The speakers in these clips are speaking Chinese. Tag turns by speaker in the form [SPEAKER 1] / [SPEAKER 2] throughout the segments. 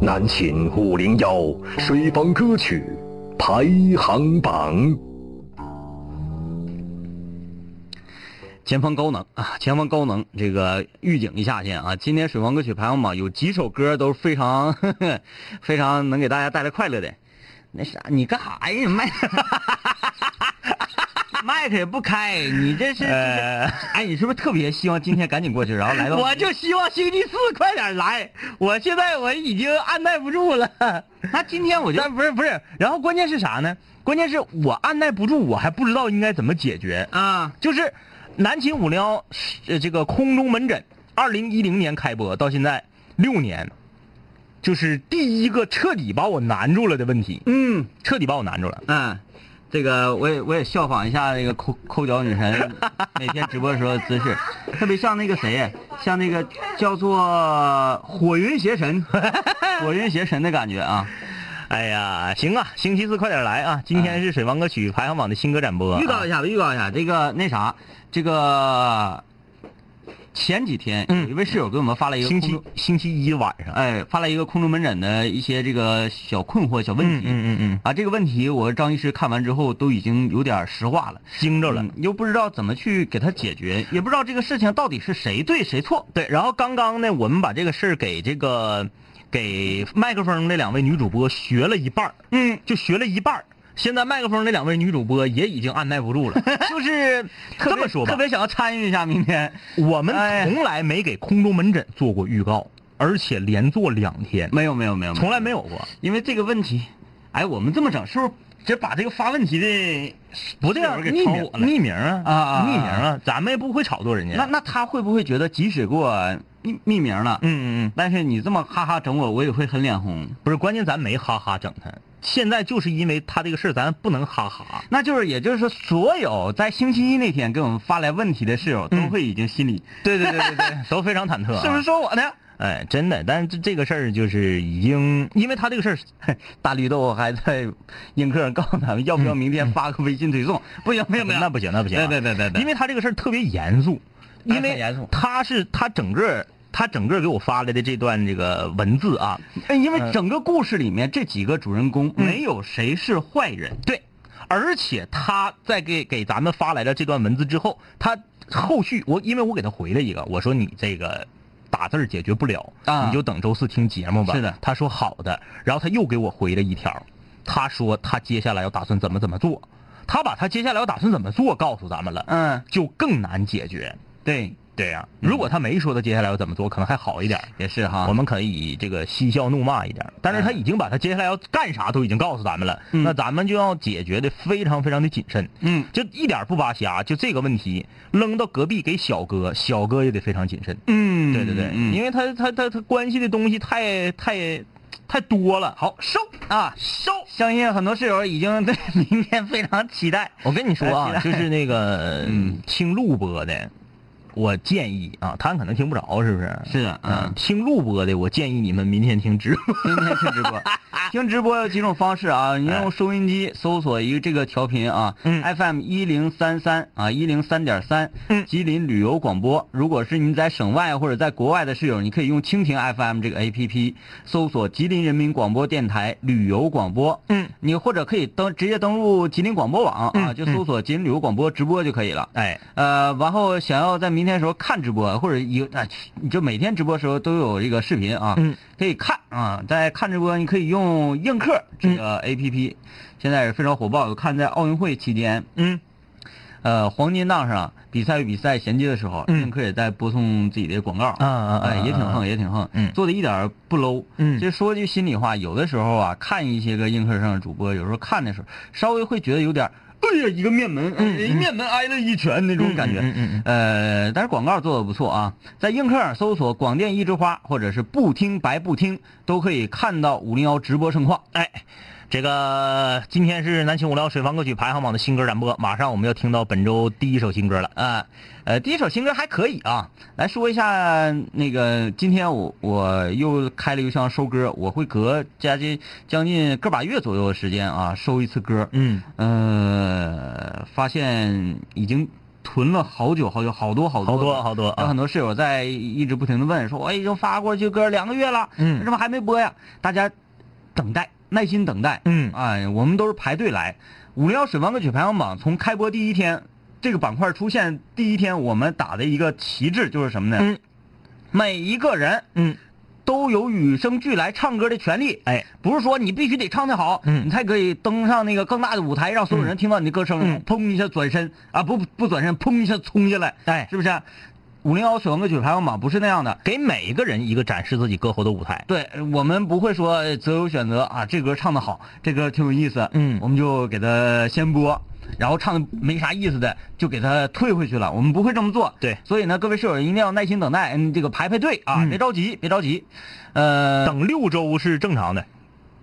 [SPEAKER 1] 南秦五零幺水坊歌曲排行榜。
[SPEAKER 2] 前方高能啊！前方高能，这个预警一下先啊！今天水王歌曲排行榜有几首歌都是非常 呵呵非常能给大家带来快乐的。那啥，你干啥呀？麦
[SPEAKER 3] 麦克也不开，你这是？
[SPEAKER 2] 呃，哎，你是不是特别希望今天赶紧过去，然后来到？
[SPEAKER 3] 我就希望星期四快点来，我现在我已经按耐不住了。那今天我就
[SPEAKER 2] 但不是不是，然后关键是啥呢？关键是我按耐不住，我还不知道应该怎么解决。
[SPEAKER 3] 啊，
[SPEAKER 2] 就是南秦五零幺，呃，这个空中门诊，二零一零年开播到现在六年，就是第一个彻底把我难住了的问题，
[SPEAKER 3] 嗯
[SPEAKER 2] 彻底把我难住了。
[SPEAKER 3] 嗯，这个我也我也效仿一下这个抠抠脚女神 每天直播的时候的姿势，特别像那个谁，像那个叫做火云邪 神，火云邪神的感觉啊。
[SPEAKER 2] 哎呀，行啊，星期四快点来啊！今天是水王歌曲排行榜的新歌展播、啊
[SPEAKER 3] 预告一
[SPEAKER 2] 下，
[SPEAKER 3] 下吧，预告一下，这个那啥，这个前几天
[SPEAKER 2] 嗯
[SPEAKER 3] 有一位室友给我们发了一个
[SPEAKER 2] 星
[SPEAKER 3] 空
[SPEAKER 2] 期
[SPEAKER 3] 中
[SPEAKER 2] 星期一晚上。
[SPEAKER 3] 哎，发了一个空中门诊的一些这个小困惑、小问
[SPEAKER 2] 嗯
[SPEAKER 3] 题。
[SPEAKER 2] 嗯嗯嗯，
[SPEAKER 3] 啊，这个问题我张医师看完之后都已经有点石化了，
[SPEAKER 2] 惊着了。
[SPEAKER 3] 嗯又不知道怎么去给他解决，也不知道这个事情到底是谁对谁错。
[SPEAKER 2] 对，然后刚刚呢，我们把这个事儿给这个给麦克风的两位女主播学了一半儿
[SPEAKER 3] 嗯，
[SPEAKER 2] 就学了一半儿现在麦克风的两位女主播也已经按耐不 住了，就是这么说吧
[SPEAKER 3] 特，别想要参与一下明天。
[SPEAKER 2] 我们
[SPEAKER 3] 哎
[SPEAKER 2] 从来没给空中门诊做过预告，而且连做两天，
[SPEAKER 3] 没有没有没有，
[SPEAKER 2] 从来没有过。
[SPEAKER 3] 因为这个问题，哎，我们这么整，是不是这把这个发问题的
[SPEAKER 2] 不对啊，
[SPEAKER 3] 室友给
[SPEAKER 2] 匿
[SPEAKER 3] 超
[SPEAKER 2] 名
[SPEAKER 3] 我了？
[SPEAKER 2] 匿名啊
[SPEAKER 3] 啊啊啊
[SPEAKER 2] 匿名啊，咱们也不会炒作人家。
[SPEAKER 3] 那那他会不会觉得即使给我匿匿名了，
[SPEAKER 2] 嗯嗯嗯，
[SPEAKER 3] 但是你这么哈哈整我，我也会很脸红？
[SPEAKER 2] 不是，关键咱没哈哈整他，现在就是因为他这个事儿，咱不能哈哈。
[SPEAKER 3] 那就是，也就是说，所有在星期一那天给我们发来问题的室友，都
[SPEAKER 2] 嗯
[SPEAKER 3] 会已经心里、
[SPEAKER 2] 对对对对对，都非常忐忑、啊
[SPEAKER 3] 是不是？说我呢？
[SPEAKER 2] 哎，真的，但是这这个事儿就是已经，因为他这个事儿
[SPEAKER 3] 大绿豆还在映客上告诉咱们，要不要明天发个微信推送？不行，不行，不行，
[SPEAKER 2] 那不行，那不行啊、
[SPEAKER 3] 别别别别别
[SPEAKER 2] 因为他这个事儿特别严肃，
[SPEAKER 3] 哎
[SPEAKER 2] 因
[SPEAKER 3] 很
[SPEAKER 2] 为
[SPEAKER 3] 严肃
[SPEAKER 2] 他是他整个他整个给我发来的这段这个文字啊，
[SPEAKER 3] 哎因为整个故事里面这几个主人公
[SPEAKER 2] 嗯
[SPEAKER 3] 没有谁是坏人，
[SPEAKER 2] 对，而且他在给给咱们发来了这段文字之后，他后续我因为我给他回了一个，我说你这个打字儿解决不了，
[SPEAKER 3] 啊
[SPEAKER 2] 你就等周四听节目吧。
[SPEAKER 3] 是的
[SPEAKER 2] 他说好的，然后他又给我回了一条，他说他接下来要打算怎么怎么做，他把他接下来要打算怎么做告诉咱们了，
[SPEAKER 3] 嗯，
[SPEAKER 2] 就更难解决。
[SPEAKER 3] 对，
[SPEAKER 2] 对呀、如果他没说他接下来要怎么做，可能还好一点儿。
[SPEAKER 3] 也嗯是哈
[SPEAKER 2] 我。们可以这个嬉笑怒骂一点儿，但是他已经把他接下来要干啥都已经告诉咱们了，
[SPEAKER 3] 嗯
[SPEAKER 2] 那咱们就要解决的非常非常的谨慎，
[SPEAKER 3] 嗯
[SPEAKER 2] 就一点不扒瞎，就这个问题扔到隔壁给小哥，小哥也得非常谨慎。
[SPEAKER 3] 嗯
[SPEAKER 2] 对对对，因为他他他他关系的东西太太太多了。好，收
[SPEAKER 3] 啊，
[SPEAKER 2] 收。
[SPEAKER 3] 相信很多室友已经对明天非常期待。
[SPEAKER 2] 我跟你说啊，
[SPEAKER 3] 哎期
[SPEAKER 2] 就
[SPEAKER 3] 待
[SPEAKER 2] 是那个
[SPEAKER 3] 嗯
[SPEAKER 2] 听录播的，我建议啊，他们可能听不着，是不是？
[SPEAKER 3] 是啊
[SPEAKER 2] 嗯，听录播的，我建议你们明天听直播。哎
[SPEAKER 3] 今天听直 播，听直播有几种方式啊？你用收音机搜索一个这个调频啊、
[SPEAKER 2] 嗯
[SPEAKER 3] f m 一零三三啊，一零三点三
[SPEAKER 2] 嗯，
[SPEAKER 3] 吉林旅游广播。如果是您在省外或者在国外的室友，你可以用蜻蜓 FM 这个 APP 搜索吉林人民广播电台旅游广播。
[SPEAKER 2] 嗯，
[SPEAKER 3] 你或者可以登直接登录吉林广播网啊，
[SPEAKER 2] 嗯
[SPEAKER 3] 就搜索吉林旅游广播直播就可以了。
[SPEAKER 2] 哎，
[SPEAKER 3] 呃，然后想要在明天的时候看直播，或者有啊，你就每天直播的时候都有这个视频啊，
[SPEAKER 2] 嗯，
[SPEAKER 3] 可以看啊。在看直播，你可以用映客这
[SPEAKER 2] 嗯
[SPEAKER 3] 个 A P P，、现在也非常火爆。我看在奥运会期间，
[SPEAKER 2] 嗯，
[SPEAKER 3] 呃，黄金档上比赛与比赛衔接的时候，
[SPEAKER 2] 嗯
[SPEAKER 3] 映客也在播送自己的广告，
[SPEAKER 2] 啊啊
[SPEAKER 3] 哎，也挺横，
[SPEAKER 2] 啊
[SPEAKER 3] 也挺横，
[SPEAKER 2] 嗯
[SPEAKER 3] 做的一点儿不 low。
[SPEAKER 2] 嗯
[SPEAKER 3] 其实说句心里话，有的时候啊，看一些个映客上的主播，有时候看的时候，稍微会觉得有点儿，哎呀，一个面门，
[SPEAKER 2] 嗯
[SPEAKER 3] 哎
[SPEAKER 2] 嗯
[SPEAKER 3] 面门挨了一拳那种感觉。
[SPEAKER 2] 嗯嗯嗯
[SPEAKER 3] 呃，但是广告做的不错啊，在映客上搜索“广电一枝花”或者是“不听白不听”，都可以看到五零幺直播盛况。
[SPEAKER 2] 哎，这个今天是南秦五聊水房歌曲排行榜的新歌展播，马上我们要听到本周第一首新歌了。
[SPEAKER 3] 啊，呃，第一首新歌还可以啊，来说一下那个，今天我我又开了邮箱收歌，我会隔将近将近个把月左右的时间啊收一次歌，
[SPEAKER 2] 嗯
[SPEAKER 3] 呃，发现已经囤了好久好久，好多好多
[SPEAKER 2] 好多好多
[SPEAKER 3] 有
[SPEAKER 2] 啊
[SPEAKER 3] 很，多室友在一直不停的问说，我哎已经发过去歌两个月了，
[SPEAKER 2] 嗯
[SPEAKER 3] 为什么还没播呀？大家等待，耐心等待，
[SPEAKER 2] 嗯
[SPEAKER 3] 哎，我们都是排队来。五零幺水房歌曲排行榜从开播第一天，这个板块出现第一天，我们打的一个旗帜就是什么呢？
[SPEAKER 2] 嗯
[SPEAKER 3] 每一个人
[SPEAKER 2] 嗯，
[SPEAKER 3] 都有与生俱来唱歌的权利，
[SPEAKER 2] 哎，
[SPEAKER 3] 不是说你必须得唱得好，
[SPEAKER 2] 嗯
[SPEAKER 3] 你才可以登上那个更大的舞台，让所有人听到你的歌声，
[SPEAKER 2] 嗯
[SPEAKER 3] 砰一下转身啊，不不转身，砰一下冲下来，
[SPEAKER 2] 哎
[SPEAKER 3] 是不是？五零幺水王歌曲排行榜不是那样的。
[SPEAKER 2] 给每一个人一个展示自己歌喉的舞台。
[SPEAKER 3] 对我们不会说呃择优选择啊，这歌唱的好，这歌挺有意思，
[SPEAKER 2] 嗯
[SPEAKER 3] 我们就给他先播，然后唱的没啥意思的就给他退回去了，我们不会这么做。
[SPEAKER 2] 对
[SPEAKER 3] 所以呢，各位室友一定要耐心等待，嗯，这个排排队啊，
[SPEAKER 2] 嗯
[SPEAKER 3] 别着急，别着急，呃，
[SPEAKER 2] 等六周是正常的，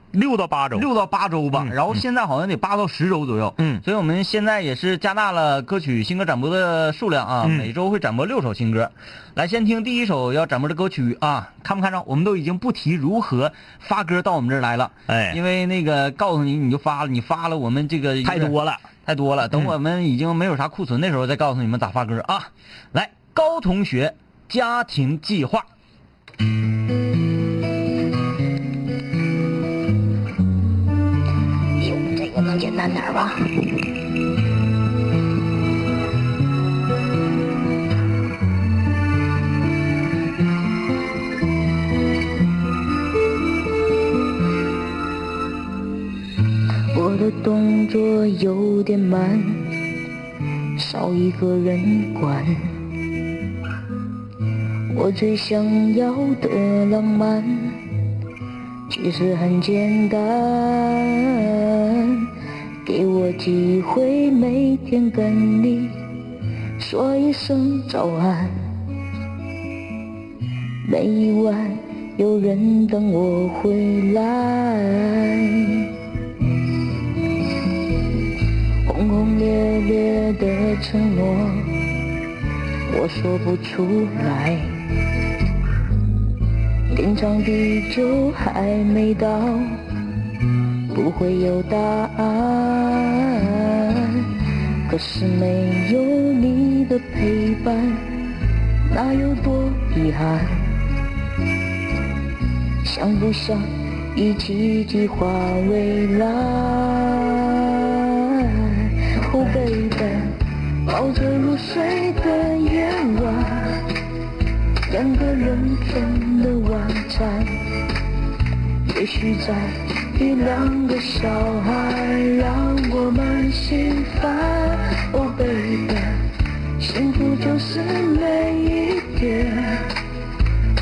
[SPEAKER 2] 六到八周。
[SPEAKER 3] 六到八周吧，
[SPEAKER 2] 嗯
[SPEAKER 3] 然后现在好像得八到十周左右。
[SPEAKER 2] 嗯
[SPEAKER 3] 所以我们现在也是加大了歌曲新歌展播的数量啊，
[SPEAKER 2] 嗯
[SPEAKER 3] 每周会展播六首新歌。来，先听第一首要展播的歌曲啊，看不看着？我们都已经不提如何发歌到我们这儿来了，
[SPEAKER 2] 哎，
[SPEAKER 3] 因为那个告诉你你就发了，你发了我们这个
[SPEAKER 2] 太多了。
[SPEAKER 3] 太多了。嗯等我们已经没有啥库存的时候，再告诉你们咋发歌啊。来，高同学家庭计划。
[SPEAKER 4] 哟，这个能简单点儿吧？我的动作有点慢，少一个人管。我最想要的浪漫。其实很简单，给我机会每天跟你说一声早安。每晚有人等我回来，轰轰烈烈的承诺，我说不出来。天长地久还没到，不会有答案。可是没有你的陪伴，那有多遗憾？想不想一起计划未来？Oh baby，抱着入睡的夜晚。两个人份的晚餐，也许再一两个小孩让我们心烦。Oh baby，幸福就是每一天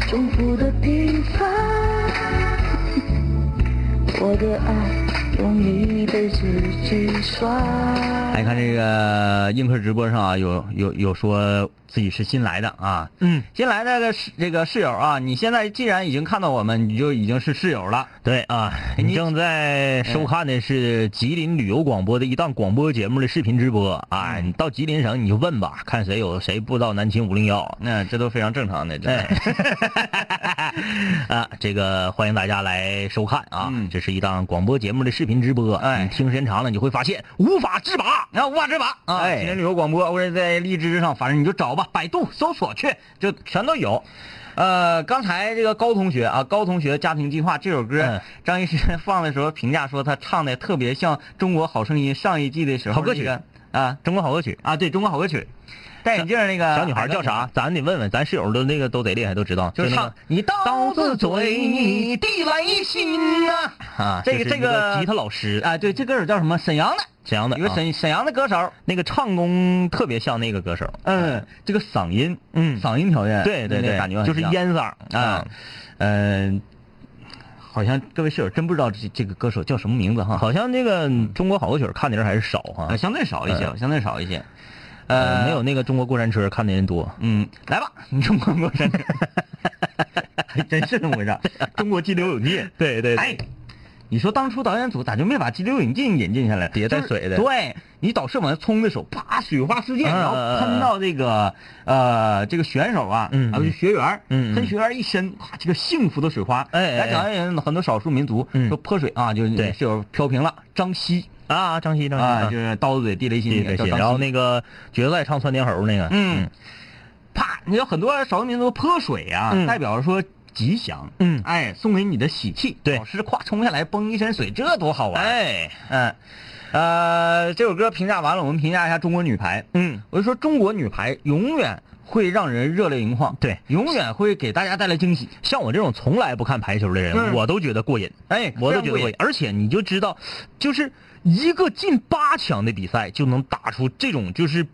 [SPEAKER 4] 重复的平凡。我的爱用一辈子计算。
[SPEAKER 3] 哎来看这个映客直播上啊，有有有说自己是新来的啊，
[SPEAKER 2] 嗯，
[SPEAKER 3] 新来的这个室这个室友啊，你现在既然已经看到我们，你就已经是室友了。
[SPEAKER 2] 对啊，你正在收看的是吉林旅游广播的一档广播节目的视频直播啊！
[SPEAKER 3] 嗯
[SPEAKER 2] 你到吉林省你就问吧，看谁有谁不知道南青五零幺。
[SPEAKER 3] 那、这都非常正常的，这、
[SPEAKER 2] 哎， 啊，这个欢迎大家来收看啊！
[SPEAKER 3] 嗯
[SPEAKER 2] 这是一档广播节目的视频直播，
[SPEAKER 3] 哎
[SPEAKER 2] 你听时间长了，你会发现无法自拔。
[SPEAKER 3] 啊，无法之拔啊！
[SPEAKER 2] 哎
[SPEAKER 3] 吉林旅游广播或者在荔枝上，反正你就找吧，百度搜索去，就全都有。呃，刚才这个高同学啊，高同学《家庭计划》这首歌，
[SPEAKER 2] 嗯
[SPEAKER 3] 张医师放的时候评价说他唱的特别像《中国好声音》上一季的时候、
[SPEAKER 2] 好歌曲
[SPEAKER 3] 那个啊
[SPEAKER 2] 中国好歌曲，
[SPEAKER 3] 啊，对中国好歌曲，戴眼镜那个
[SPEAKER 2] 小女孩叫？啥？咱得问问，咱室友都那个都贼厉害，都知道。
[SPEAKER 3] 就是
[SPEAKER 2] 那
[SPEAKER 3] 唱
[SPEAKER 2] 个
[SPEAKER 3] 你刀子嘴，地来心呐、
[SPEAKER 2] 啊，
[SPEAKER 3] 这个
[SPEAKER 2] 就是
[SPEAKER 3] 这
[SPEAKER 2] 一
[SPEAKER 3] 个
[SPEAKER 2] 吉他老师
[SPEAKER 3] 啊，对，这歌手叫什么？沈阳的，
[SPEAKER 2] 沈阳的
[SPEAKER 3] 一个
[SPEAKER 2] 啊
[SPEAKER 3] 沈、沈阳的歌手，
[SPEAKER 2] 那个唱功特别像那个歌手，
[SPEAKER 3] 嗯，这个嗓音，
[SPEAKER 2] 嗯
[SPEAKER 3] 嗓音条件，
[SPEAKER 2] 对对
[SPEAKER 3] 那个
[SPEAKER 2] 对，
[SPEAKER 3] 感觉很
[SPEAKER 2] 就是
[SPEAKER 3] 像
[SPEAKER 2] 烟嗓
[SPEAKER 3] 啊，，嗯、好像各位室友真不知道这这个歌手叫什么名字哈，
[SPEAKER 2] 好像那个嗯中国好歌曲看的人还是少哈
[SPEAKER 3] 啊，，相对少一些，
[SPEAKER 2] 嗯
[SPEAKER 3] 相对少一些，
[SPEAKER 2] 呃，
[SPEAKER 3] 呃，
[SPEAKER 2] 没有，那个中国过山车看的人多。
[SPEAKER 3] 嗯，来吧， 你中国过山车，还真是这么回事儿， 中国激流勇进，
[SPEAKER 2] 对对
[SPEAKER 3] 哎，你说当初导演组咋就没把《激流勇进》引进下来？
[SPEAKER 2] 别带水的
[SPEAKER 3] 就是对你导射往下冲的时候，啪，水花四溅，
[SPEAKER 2] 嗯
[SPEAKER 3] 然后喷到这个呃这个选手啊，
[SPEAKER 2] 嗯
[SPEAKER 3] 还有学员儿，
[SPEAKER 2] 嗯嗯
[SPEAKER 3] 喷学员一身，啪，这个幸福的水花。
[SPEAKER 2] 哎哎哎
[SPEAKER 3] 来讲讲很多少数民族
[SPEAKER 2] 嗯
[SPEAKER 3] 说泼水啊，就是
[SPEAKER 2] 对
[SPEAKER 3] 室友飘萍了，张希
[SPEAKER 2] 啊，张希张希
[SPEAKER 3] 啊，就是刀子嘴地雷心
[SPEAKER 2] 对
[SPEAKER 3] 那
[SPEAKER 2] 对
[SPEAKER 3] 个，
[SPEAKER 2] 对，
[SPEAKER 3] 叫张
[SPEAKER 2] 然后
[SPEAKER 3] 希
[SPEAKER 2] 那个决赛唱窜天猴那个，
[SPEAKER 3] 嗯，啪，你有很多少数民族泼水啊，
[SPEAKER 2] 嗯
[SPEAKER 3] 代表说吉祥，
[SPEAKER 2] 嗯
[SPEAKER 3] 哎，送给你的喜气，
[SPEAKER 2] 对
[SPEAKER 3] 老师咵冲下来，崩一身水，这多好玩！，
[SPEAKER 2] 哎，
[SPEAKER 3] 嗯，呃，这首歌评价完了，我们评价一下中国女排，
[SPEAKER 2] 嗯，
[SPEAKER 3] 我就说中国女排永远会让人热泪盈眶，
[SPEAKER 2] 对，
[SPEAKER 3] 永远会给大家带来惊喜，
[SPEAKER 2] 像我这种从来不看排球的人，
[SPEAKER 3] 嗯
[SPEAKER 2] 我都觉得过瘾，
[SPEAKER 3] 哎，
[SPEAKER 2] 我都
[SPEAKER 3] 非常
[SPEAKER 2] 觉得
[SPEAKER 3] 过瘾
[SPEAKER 2] 过瘾。而且你就知道，就是一个进八强的比赛就能打出这种就是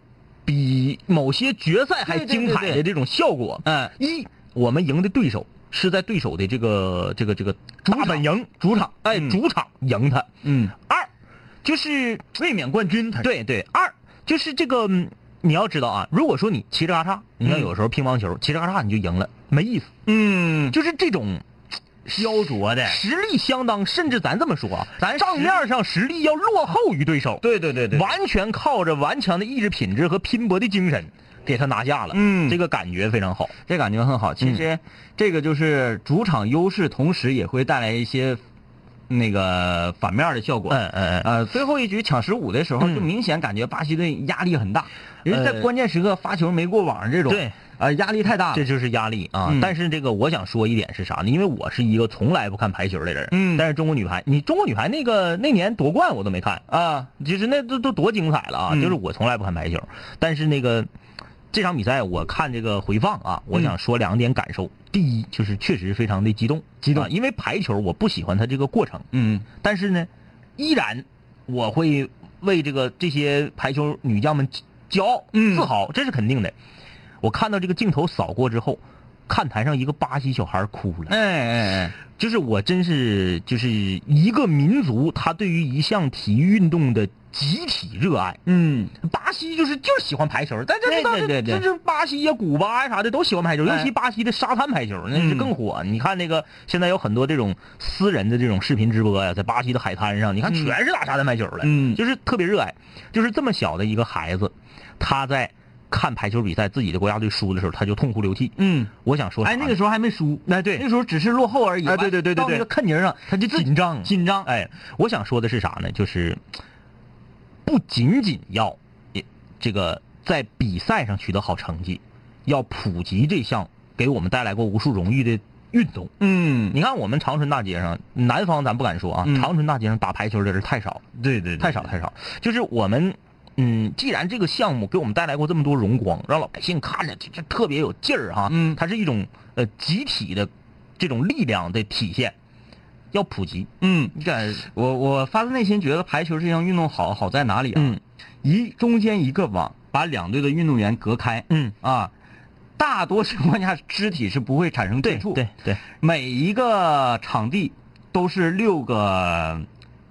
[SPEAKER 2] 比某些决赛还
[SPEAKER 3] 对对对
[SPEAKER 2] 精彩
[SPEAKER 3] 对
[SPEAKER 2] 的这种效果。
[SPEAKER 3] 嗯，
[SPEAKER 2] 一，我们赢的对手是在对手的这个这个这个
[SPEAKER 3] 场
[SPEAKER 2] 大本营主场，哎，
[SPEAKER 3] 嗯
[SPEAKER 2] 主场赢他。
[SPEAKER 3] 嗯，
[SPEAKER 2] 二就是卫冕冠军，对对。二就是这个，嗯你要知道啊，如果说你嘁哩喀嚓，你像
[SPEAKER 3] 嗯
[SPEAKER 2] 有时候乒乓球嘁哩喀嚓你就赢了，没意思。
[SPEAKER 3] 嗯，
[SPEAKER 2] 就是 这种
[SPEAKER 3] 焦灼的，
[SPEAKER 2] 实力相当，甚至咱这么说啊，
[SPEAKER 3] 咱
[SPEAKER 2] 账
[SPEAKER 3] 实力
[SPEAKER 2] 面上实力要落后于对手，
[SPEAKER 3] 对对对对，
[SPEAKER 2] 完全靠着顽强的意志品质和拼搏的精神给他拿下了。
[SPEAKER 3] 嗯
[SPEAKER 2] 这个感觉非常好。
[SPEAKER 3] 这感觉很好。其
[SPEAKER 2] 嗯
[SPEAKER 3] 实这个就是主场优势，同时也会带来一些那个反面的效果。
[SPEAKER 2] 嗯嗯嗯，
[SPEAKER 3] 呃，最后一局抢十五的时候，
[SPEAKER 2] 嗯
[SPEAKER 3] 就明显感觉巴西队压力很大，人家在
[SPEAKER 2] 呃
[SPEAKER 3] 关键时刻发球没过网这种，
[SPEAKER 2] 对，
[SPEAKER 3] 呃，压力太大
[SPEAKER 2] 这
[SPEAKER 3] 了。
[SPEAKER 2] 就是压力啊。
[SPEAKER 3] 嗯
[SPEAKER 2] 但是这个我想说一点是啥呢？因为我是一个从来不看排球的人，
[SPEAKER 3] 嗯
[SPEAKER 2] 但是中国女排，你中国女排那个那年夺冠我都没看啊，就是那都都多精彩了啊！
[SPEAKER 3] 嗯
[SPEAKER 2] 就是我从来不看排球，但是那个这场比赛我看这个回放
[SPEAKER 3] 嗯
[SPEAKER 2] 啊，我想说两点感受。第一就是确实非常的激动，激动、因为排球我不喜欢它这个过程，
[SPEAKER 3] 嗯
[SPEAKER 2] 但是呢，依然我会为这个这些排球女将们骄傲、
[SPEAKER 3] 嗯
[SPEAKER 2] 自豪，这是肯定的。我看到这个镜头扫过之后，看台上一个巴西小孩哭了，
[SPEAKER 3] 哎哎哎，
[SPEAKER 2] 就是我真是就是一个民族，他对于一项体育运动的集体热爱。
[SPEAKER 3] 嗯，
[SPEAKER 2] 巴西就是就是喜欢排球，大家知道
[SPEAKER 3] 对对对
[SPEAKER 2] 这
[SPEAKER 3] 对
[SPEAKER 2] 这这巴西呀、古巴呀啥的都喜欢排球，
[SPEAKER 3] 哎
[SPEAKER 2] 尤其巴西的沙滩排球那是
[SPEAKER 3] 嗯
[SPEAKER 2] 更火。你看那个现在有很多这种私人的这种视频直播呀，在巴西的海滩上，你看
[SPEAKER 3] 嗯
[SPEAKER 2] 全是打沙滩排球的，
[SPEAKER 3] 嗯
[SPEAKER 2] 就是特别热爱。就是这么小的一个孩子，他在看排球比赛，自己的国家队输的时候，他就痛哭流涕。
[SPEAKER 3] 嗯，
[SPEAKER 2] 我想说啥
[SPEAKER 3] 哎，
[SPEAKER 2] 呢，
[SPEAKER 3] 那个时候还没输，
[SPEAKER 2] 哎对
[SPEAKER 3] 那时候只是落后而已。
[SPEAKER 2] 哎对对对对
[SPEAKER 3] 到那
[SPEAKER 2] 对
[SPEAKER 3] 个坎泥上，
[SPEAKER 2] 他就紧张，
[SPEAKER 3] 紧张。
[SPEAKER 2] 哎，我想说的是啥呢？就是不仅仅要呃这个在比赛上取得好成绩，要普及这项给我们带来过无数荣誉的运动。
[SPEAKER 3] 嗯，
[SPEAKER 2] 你看，我们长春大街上，南方咱不敢说啊，
[SPEAKER 3] 嗯
[SPEAKER 2] 长春大街上打排球的人太少了，
[SPEAKER 3] 对对，
[SPEAKER 2] 太少太少。就是我们，嗯，既然这个项目给我们带来过这么多荣光，让老百姓看着这这特别有劲儿哈，
[SPEAKER 3] 嗯
[SPEAKER 2] 它是一种呃集体的这种力量的体现，要普及。
[SPEAKER 3] 嗯，你看，我我发自内心觉得排球这项运动好好在哪里啊？
[SPEAKER 2] 嗯，
[SPEAKER 3] 一中间一个网把两队的运动员隔开。
[SPEAKER 2] 嗯
[SPEAKER 3] 啊，大多情况下肢体是不会产生接触。
[SPEAKER 2] 对，对，
[SPEAKER 3] 每一个场地都是六个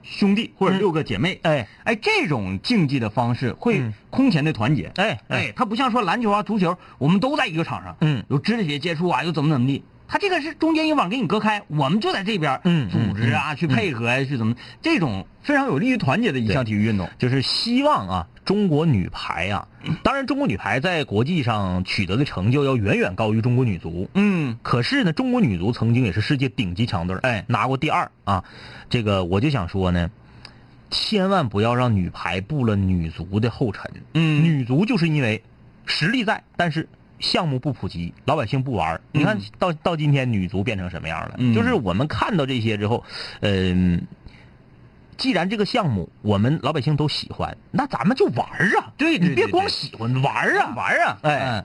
[SPEAKER 3] 兄弟或者
[SPEAKER 2] 嗯
[SPEAKER 3] 六个姐妹。
[SPEAKER 2] 哎
[SPEAKER 3] 哎，这种竞技的方式会
[SPEAKER 2] 嗯
[SPEAKER 3] 空前的团结。
[SPEAKER 2] 哎
[SPEAKER 3] 哎，，它不像说篮球啊、足球，我们都在一个场上，
[SPEAKER 2] 嗯
[SPEAKER 3] 有肢体接触啊，又怎么怎么地。它这个是中间一网给你隔开，我们就在这边，
[SPEAKER 2] 嗯
[SPEAKER 3] 组织啊，去配合呀、去怎么，这种非常有利于团结的一项体育运动。
[SPEAKER 2] 就是希望啊，中国女排啊，当然中国女排在国际上取得的成就要远远高于中国女足。
[SPEAKER 3] 嗯
[SPEAKER 2] 可是呢，中国女足曾经也是世界顶级强队，
[SPEAKER 3] 哎
[SPEAKER 2] 拿过第二啊。这个我就想说呢，千万不要让女排步了女足的后尘。
[SPEAKER 3] 嗯
[SPEAKER 2] 女足就是因为实力在，但是项目不普及，老百姓不玩儿。你看
[SPEAKER 3] 嗯
[SPEAKER 2] 到到今天女足变成什么样了？
[SPEAKER 3] 嗯
[SPEAKER 2] 就是我们看到这些之后，嗯、既然这个项目我们老百姓都喜欢，那咱们就玩儿啊！对
[SPEAKER 3] 对
[SPEAKER 2] 你别
[SPEAKER 3] 对
[SPEAKER 2] 光
[SPEAKER 3] 对
[SPEAKER 2] 喜欢玩儿啊，玩啊！哎， 啊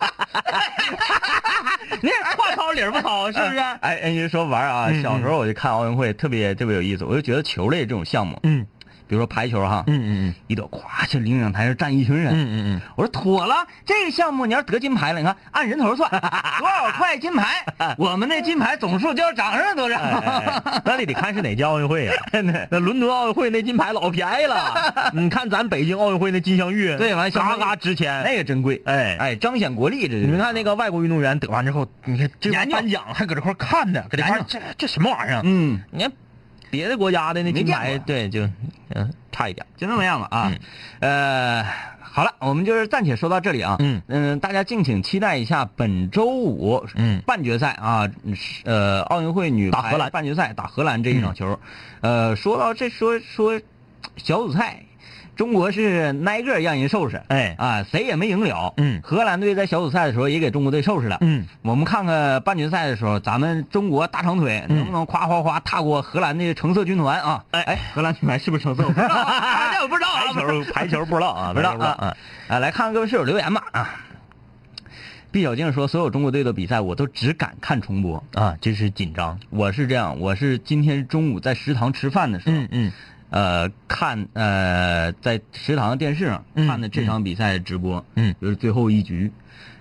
[SPEAKER 3] 哎，
[SPEAKER 2] 那话糙理儿不糙，是不是？
[SPEAKER 3] 哎，哎，你说玩啊，
[SPEAKER 2] 嗯
[SPEAKER 3] 小时候我就看奥运会，特别特别有意思，我就觉得球类这种项目，
[SPEAKER 2] 嗯
[SPEAKER 3] 比如说排球哈，
[SPEAKER 2] 嗯嗯
[SPEAKER 3] 一到咵去领奖台上站一群人，
[SPEAKER 2] 嗯嗯
[SPEAKER 3] 我说妥了，这个项目你要得金牌了，你看按人头 算多少块金牌，我们那金牌总数就要涨上多少。
[SPEAKER 2] 嗯，那你得看是哪届奥运会呀、那伦敦奥运会那金牌老便宜了，你看咱北京奥运会那金镶玉，
[SPEAKER 3] 对完相
[SPEAKER 2] 嘎
[SPEAKER 3] 当于
[SPEAKER 2] 嘎值钱。
[SPEAKER 3] 那个珍贵，
[SPEAKER 2] 哎
[SPEAKER 3] 哎，彰显国力，这
[SPEAKER 2] 你看那个外国运动员得完之后，你看这
[SPEAKER 3] 研究
[SPEAKER 2] 颁奖还搁这块儿看呢，搁这块儿
[SPEAKER 3] 研
[SPEAKER 2] 这这什么玩意儿？
[SPEAKER 3] 嗯，
[SPEAKER 2] 你看别的国家的那
[SPEAKER 3] 没
[SPEAKER 2] 金
[SPEAKER 3] 见
[SPEAKER 2] 牌，
[SPEAKER 3] 过
[SPEAKER 2] 对，就嗯差一点。
[SPEAKER 3] 就那么样吧啊，呃，好了，我们就是暂且说到这里啊。
[SPEAKER 2] 嗯
[SPEAKER 3] 大家敬请期待一下本周五
[SPEAKER 2] 嗯
[SPEAKER 3] 半决赛啊，是呃，奥运会女
[SPEAKER 2] 打
[SPEAKER 3] 排
[SPEAKER 2] 荷兰嗯
[SPEAKER 3] 半决赛打荷兰这一场球。呃，说到这说说小组赛，中国是挨个让人收拾，
[SPEAKER 2] 哎
[SPEAKER 3] 啊，谁也没赢了。
[SPEAKER 2] 嗯
[SPEAKER 3] 荷兰队在小组赛的时候也给中国队收拾了。
[SPEAKER 2] 嗯，
[SPEAKER 3] 我们看看半决赛的时候，咱们中国大长腿
[SPEAKER 2] 嗯
[SPEAKER 3] 能不能夸夸夸踏过荷兰的橙色军团啊？哎哎，荷兰军团是不是 橙色？我不知道啊，这我不知道啊，
[SPEAKER 2] 排球排球不知道啊，
[SPEAKER 3] 不知道
[SPEAKER 2] 排球
[SPEAKER 3] 啊。啊，来看看各位室友留言吧啊。毕小静说：“所有中国队的比赛，我都只敢看重播。
[SPEAKER 2] 啊，这是紧张。
[SPEAKER 3] 我是这样，我是今天中午在食堂吃饭的时候，
[SPEAKER 2] 嗯嗯
[SPEAKER 3] 呃，看呃，在食堂的电视上
[SPEAKER 2] 嗯
[SPEAKER 3] 看的这场比赛的直播，
[SPEAKER 2] 嗯
[SPEAKER 3] 就是最后一局。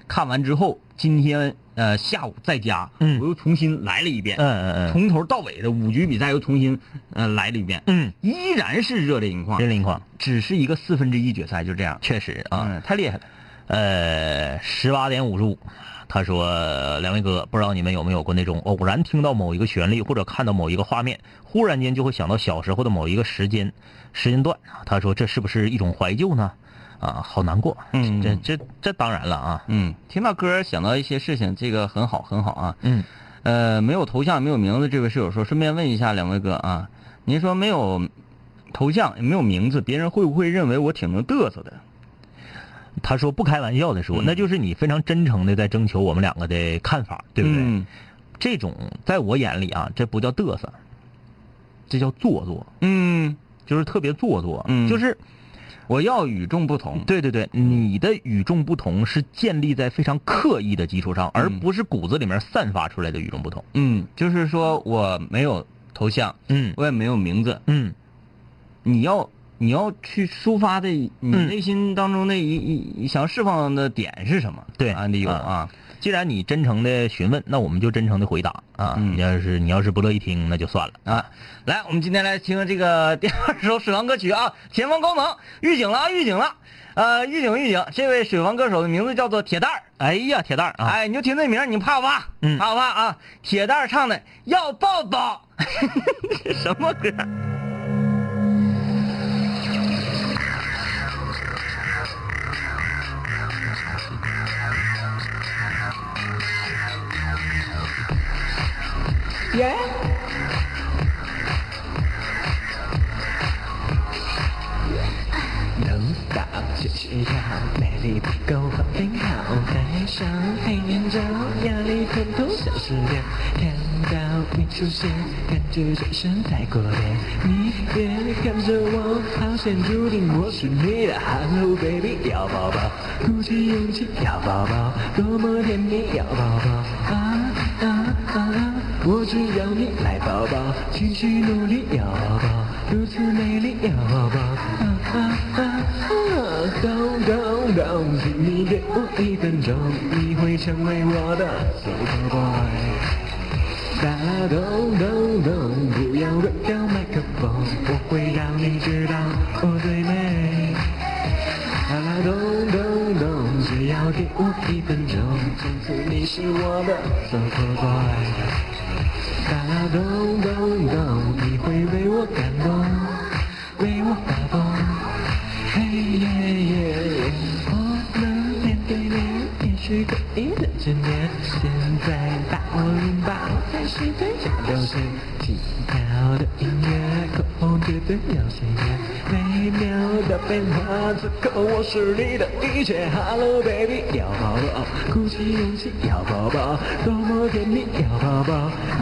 [SPEAKER 3] 看完之后，今天呃下午在家，
[SPEAKER 2] 嗯
[SPEAKER 3] 我又重新来了一遍，
[SPEAKER 2] 嗯嗯嗯
[SPEAKER 3] 从头到尾的五局比赛又重新呃来了一遍，
[SPEAKER 2] 嗯，
[SPEAKER 3] 依然是热泪盈眶
[SPEAKER 2] 真，灵光，
[SPEAKER 3] 只是一个四分之一决赛，就这样
[SPEAKER 2] 确实啊。
[SPEAKER 3] 嗯太厉害了。
[SPEAKER 2] 呃，十八点五十五，他说：“两位哥，不知道你们有没有过那种偶然听到某一个旋律或者看到某一个画面，忽然间就会想到小时候的某一个时间时间段。”啊他说：“这是不是一种怀旧呢？”啊，好难过。
[SPEAKER 3] 嗯
[SPEAKER 2] 这这这当然了啊。
[SPEAKER 3] 嗯，听到歌儿想到一些事情，这个很好很好啊。
[SPEAKER 2] 嗯
[SPEAKER 3] 呃，没有头像没有名字，这位室友说，顺便问一下两位哥啊，您说没有头像也没有名字，别人会不会认为我挺能嘚瑟的？
[SPEAKER 2] 他说不开玩笑的
[SPEAKER 3] 嗯
[SPEAKER 2] 说，那就是你非常真诚的在征求我们两个的看法，对不对？
[SPEAKER 3] 嗯
[SPEAKER 2] 这种在我眼里啊，这不叫嘚瑟，这叫做作，
[SPEAKER 3] 嗯，
[SPEAKER 2] 就是特别做作，
[SPEAKER 3] 嗯
[SPEAKER 2] 就是。
[SPEAKER 3] 我要与众不同。
[SPEAKER 2] 对对对，你的与众不同是建立在非常刻意的基础上，而不是骨子里面散发出来的与众不同。
[SPEAKER 3] 嗯，就是说我没有头像，
[SPEAKER 2] 嗯
[SPEAKER 3] 我也没有名字，
[SPEAKER 2] 嗯
[SPEAKER 3] 你要你要去抒发的，你
[SPEAKER 2] 嗯
[SPEAKER 3] 内心当中的一一、一想要释放的点是什么？
[SPEAKER 2] 对
[SPEAKER 3] 啊，得有啊。
[SPEAKER 2] 既然你真诚的询问，那我们就真诚的回答啊。
[SPEAKER 3] 嗯
[SPEAKER 2] 你要是你要是不乐意听，那就算了。
[SPEAKER 3] 啊，来，我们今天来听这个第二首水王歌曲啊，《前方高能》，预警了啊，预警了，呃，预警预警，这位水王歌手的名字叫做铁蛋儿，
[SPEAKER 2] 哎呀，铁蛋儿啊，
[SPEAKER 3] 哎，你就听这名儿，你怕不怕？
[SPEAKER 2] 嗯
[SPEAKER 3] 怕不怕啊？铁蛋儿唱的《要抱抱》， 什么歌？
[SPEAKER 5] 能打只需要美丽不够很美好，戴上黑眼罩，压力统统消失掉。看到你出现，感觉转身太过点，你别看着我，好像注定我是你的 Hello baby，要抱抱，鼓起勇气要抱抱，多么甜蜜要抱抱啊啊啊啊！我只要你来抱抱，继续努力要抱抱，如此美丽要抱抱啊啊啊啊！高高高，请你给我一分钟，你会成为我的 super boy。哒啦咚咚咚，不要关掉麦克风，我会让你知道我最美。哒啦咚咚咚，只要给我一分钟，从此你是我的 super boy。哒啦咚咚咚，你会为我感动，为我发疯。嘿耶耶耶，我们面对面，也许可以的执念。现在把我拥抱，开始对角流行，奇妙的音乐，口红绝对要鲜艳，每秒的变化，此刻我是你的一切。Hello baby，要抱抱，鼓起勇气要抱抱，多么甜蜜要抱抱。啊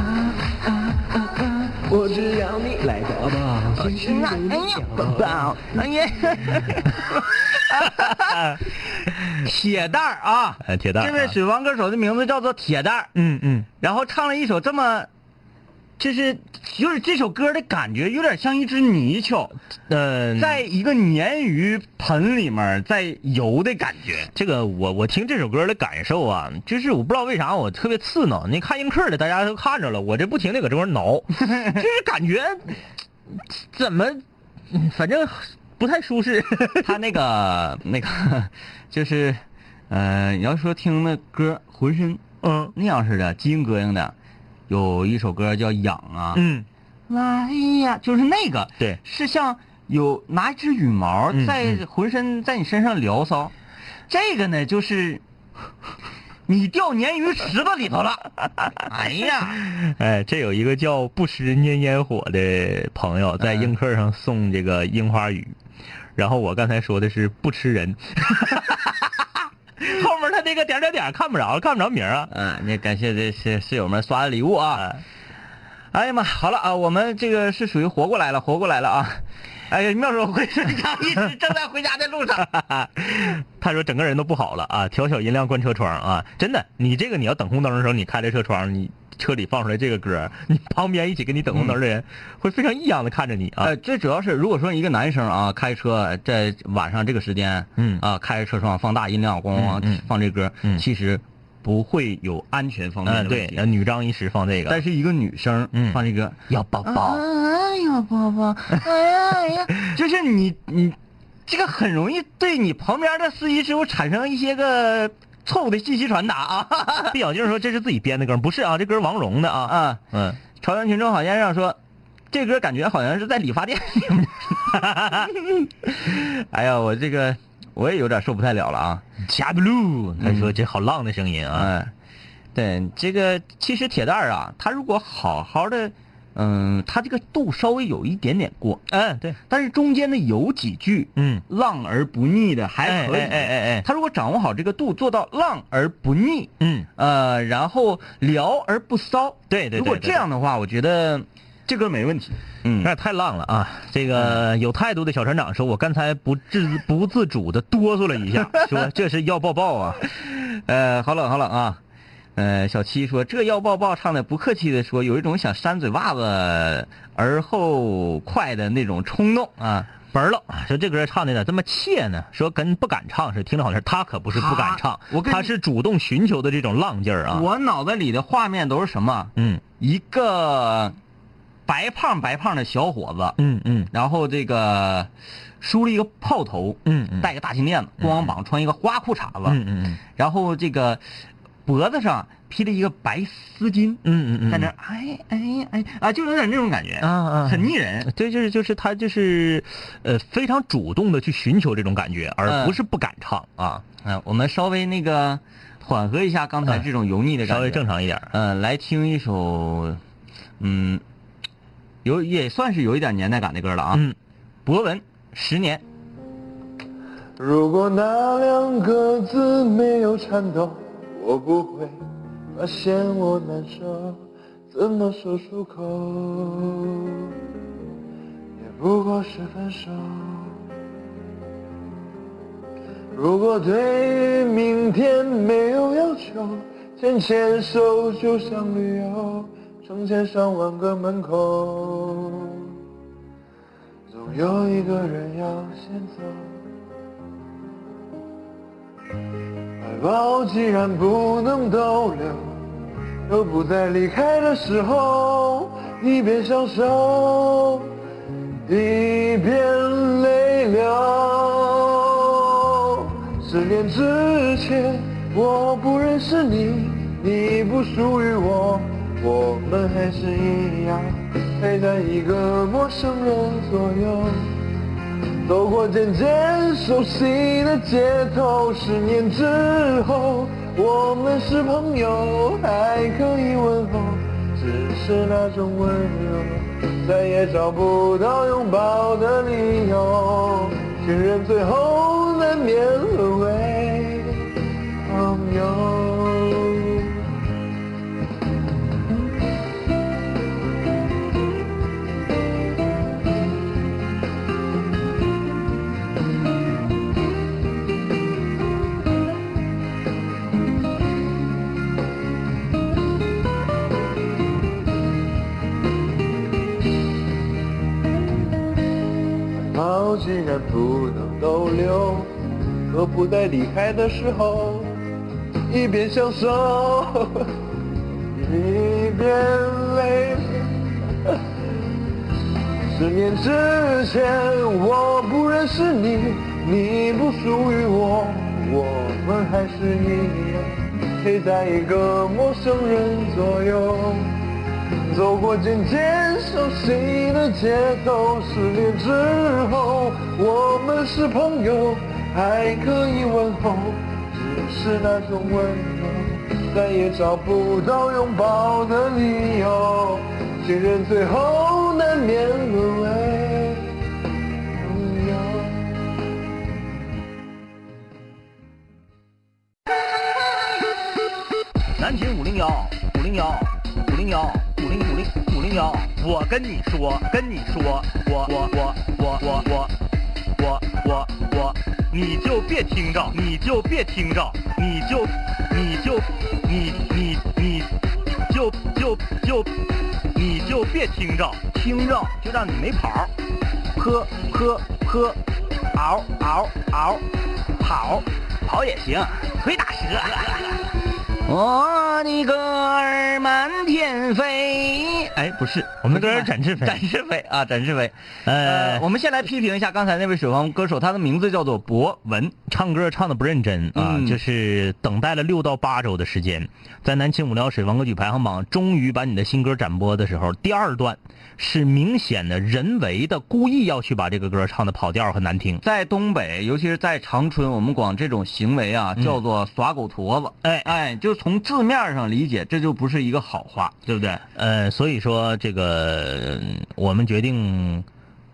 [SPEAKER 5] 啊啊啊！我只要你来抱抱，轻轻努力要抱抱。
[SPEAKER 3] 哎呀，铁蛋儿啊，
[SPEAKER 2] 哎，铁蛋儿、啊，
[SPEAKER 3] 这位水王歌手的名字叫做铁蛋儿，
[SPEAKER 2] 嗯嗯，
[SPEAKER 3] 然后唱了一首这么，就是就是这首歌的感觉有点像一只泥鳅，
[SPEAKER 2] 呃，
[SPEAKER 3] 在一个鲶鱼盆里面在游的感觉。
[SPEAKER 2] 这个我我听这首歌的感受啊，就是我不知道为啥我特别刺挠。你看映客的，大家都看着了，我这不停的搁这块 挠，就是感觉怎么，嗯反正不太舒适。
[SPEAKER 3] 他那个那个就是，呃，你要说听那歌浑身
[SPEAKER 2] 嗯
[SPEAKER 3] 那样似的，鸡膈应的，有一首歌叫《痒》啊，哎
[SPEAKER 2] 嗯，
[SPEAKER 3] 来呀，就是那个，
[SPEAKER 2] 对
[SPEAKER 3] 是像有拿一只羽毛
[SPEAKER 2] 嗯
[SPEAKER 3] 在浑身在你身上燎骚，这个呢就是你掉鲶鱼池子里头了。 哎呀，
[SPEAKER 2] 哎，这有一个叫不食拈烟火的朋友
[SPEAKER 3] 嗯
[SPEAKER 2] 在映客上送这个樱花雨，然后我刚才说的是不吃人， 后面他那个点儿点儿点儿看不着，看不着名儿啊。
[SPEAKER 3] 嗯、那感谢这些室友们刷的礼物啊。哎呀妈，好了啊，我们这个是属于活过来了，活过来了啊。哎呀，妙手回春长一直 正在回家的路上。
[SPEAKER 2] 他说整个人都不好了啊，调小音量关车窗啊，真的，你这个你要等红灯的时候，你开着车窗，你车里放出来这个歌，你旁边一起跟你等红灯的人、会非常异样的看着你啊。
[SPEAKER 3] 嗯呃，最主要是，如果说一个男生啊开车在晚上这个时间，
[SPEAKER 2] 嗯
[SPEAKER 3] 啊开着车窗放大音量，咣咣
[SPEAKER 2] 嗯
[SPEAKER 3] 咣
[SPEAKER 2] 嗯
[SPEAKER 3] 放这歌，
[SPEAKER 2] 嗯
[SPEAKER 3] 其实不会有安全方面
[SPEAKER 2] 嗯、
[SPEAKER 3] 的
[SPEAKER 2] 对
[SPEAKER 3] 问，题。
[SPEAKER 2] 呃女张一时放这个，
[SPEAKER 3] 但是一个女生
[SPEAKER 2] 嗯
[SPEAKER 3] 放这个，
[SPEAKER 2] 要抱抱。
[SPEAKER 3] 哎呀，宝宝，哎呀哎 呀，就是你你这个很容易对你旁边的司机师傅产生一些个错误的信息传达啊。
[SPEAKER 2] 闭眼镜说这是自己编的歌， 不是啊，这歌王蓉的啊。
[SPEAKER 3] 啊，
[SPEAKER 2] 嗯，
[SPEAKER 3] 朝阳群众好先生说，这歌感觉好像是在理发 店。 哎呀，我这个我也有点受不太了了啊。
[SPEAKER 2] 加 blue，他说这好浪的声音啊。
[SPEAKER 3] 嗯，对，这个其实铁蛋儿啊，他如果好好的，嗯，他这个度稍微有一点点过，
[SPEAKER 2] 嗯，对，
[SPEAKER 3] 但是中间呢有几句，
[SPEAKER 2] 嗯，
[SPEAKER 3] 浪而不腻的还
[SPEAKER 2] 哎
[SPEAKER 3] 可以。
[SPEAKER 2] 哎哎哎哎，
[SPEAKER 3] 他如果掌握好这个度，做到浪而不腻，
[SPEAKER 2] 嗯，
[SPEAKER 3] 呃，然后聊而不骚。
[SPEAKER 2] 对对对
[SPEAKER 3] 如果
[SPEAKER 2] 对
[SPEAKER 3] 这样的话，我觉得这歌没问题。
[SPEAKER 2] 有
[SPEAKER 3] 嗯，
[SPEAKER 2] 点太浪了啊。这个有态度的小船长说，我刚才不自不自主的哆嗦了一下，说这是要抱抱啊。
[SPEAKER 3] 呃，好冷好冷啊。呃，小七说这要抱抱唱的不客气的说，有一种想扇嘴巴子而后快的那种冲动啊。
[SPEAKER 2] 门了，说这歌唱的咋这么怯呢？说跟不敢唱似的，听着好像他可不是不敢
[SPEAKER 3] 他
[SPEAKER 2] 唱，
[SPEAKER 3] 我跟你
[SPEAKER 2] 他是主动寻求的这种浪劲儿啊。
[SPEAKER 3] 我脑子里的画面都是什么？
[SPEAKER 2] 嗯
[SPEAKER 3] 一个白胖白胖的小伙子，
[SPEAKER 2] 嗯嗯
[SPEAKER 3] 然后这个梳了一个炮头，
[SPEAKER 2] 嗯嗯，
[SPEAKER 3] 戴个大金链子，光膀膀，穿一个花裤衩
[SPEAKER 2] 嗯
[SPEAKER 3] 子，
[SPEAKER 2] 嗯嗯
[SPEAKER 3] 然后这个脖子上披了一个白丝巾，
[SPEAKER 2] 嗯嗯，
[SPEAKER 3] 在那儿哎哎哎啊，就有点那种感觉，
[SPEAKER 2] 啊啊，
[SPEAKER 3] 很腻人。
[SPEAKER 2] 对，就是就是他就是，呃，非常主动的去寻求这种感觉，而
[SPEAKER 3] 嗯
[SPEAKER 2] 不是不敢唱啊，
[SPEAKER 3] 嗯，我们稍微那个缓和一下刚才这种油腻的感觉，
[SPEAKER 2] 嗯稍微正。常一点儿。
[SPEAKER 3] 嗯，来听一首，嗯，有也算是有一点年代感的歌了啊。
[SPEAKER 2] 嗯，
[SPEAKER 3] 博文《十年》。
[SPEAKER 6] 如果那两个字没有颤抖，我不会发现我难受，怎么说出口，也不过是分手。如果对于明天没有要求，牵牵手就像旅游，成千上万个门口，总有一个人要先走。怀抱既然不能逗留，又不在离开的时候，一边享受，一边泪流。十年之前，我不认识你，你不属于我，我们还是一样，陪在一个陌生人左右。走过渐渐熟悉的街头，十年之后，我们是朋友，还可以问候，只是那种温柔，再也找不到拥抱的理由。情人最后难免沦为朋友。猫既然不能逗留，何不在离开的时候，一边享受，一边泪。十年之前，我不认识你，你不属于我，我们还是一样，陪在一个陌生人左右。走过渐渐熟悉的街头，思念之后，我们是朋友，还可以问候，只是那种温柔，再也找不到拥抱的理由。情人最后难免沦为朋友。
[SPEAKER 2] 南秦五零幺五零幺五零幺五零五零五零幺，我跟你说，跟你说，我我我我我我我我我，你就别听着，你就别听着，你就你就你你你就就就你就别听着，听着就让你没跑儿，喝喝喝，嗷嗷嗷，跑跑也行，腿打折。
[SPEAKER 3] 我的歌儿满天飞。哎，不是，
[SPEAKER 2] 我们歌儿展翅飞
[SPEAKER 3] 展翅飞啊，展翅飞。呃
[SPEAKER 2] 呃，，
[SPEAKER 3] 我们先来批评一下刚才那位水房歌手，他的名字叫做博文。
[SPEAKER 2] 唱歌唱的不认真啊，
[SPEAKER 3] 嗯
[SPEAKER 2] 就是等待了六到八周的时间，在南秦五聊水王歌曲排行榜终于把你的新歌展播的时候，第二段是明显的人为的故意要去把这个歌唱的跑调和难听。
[SPEAKER 3] 在东北，尤其是在长春，我们管这种行为啊叫做耍狗驼子。
[SPEAKER 2] 哎
[SPEAKER 3] 哎，就从字面上理解，这就不是一个好话，对不对？
[SPEAKER 2] 呃，所以说这个嗯我们决定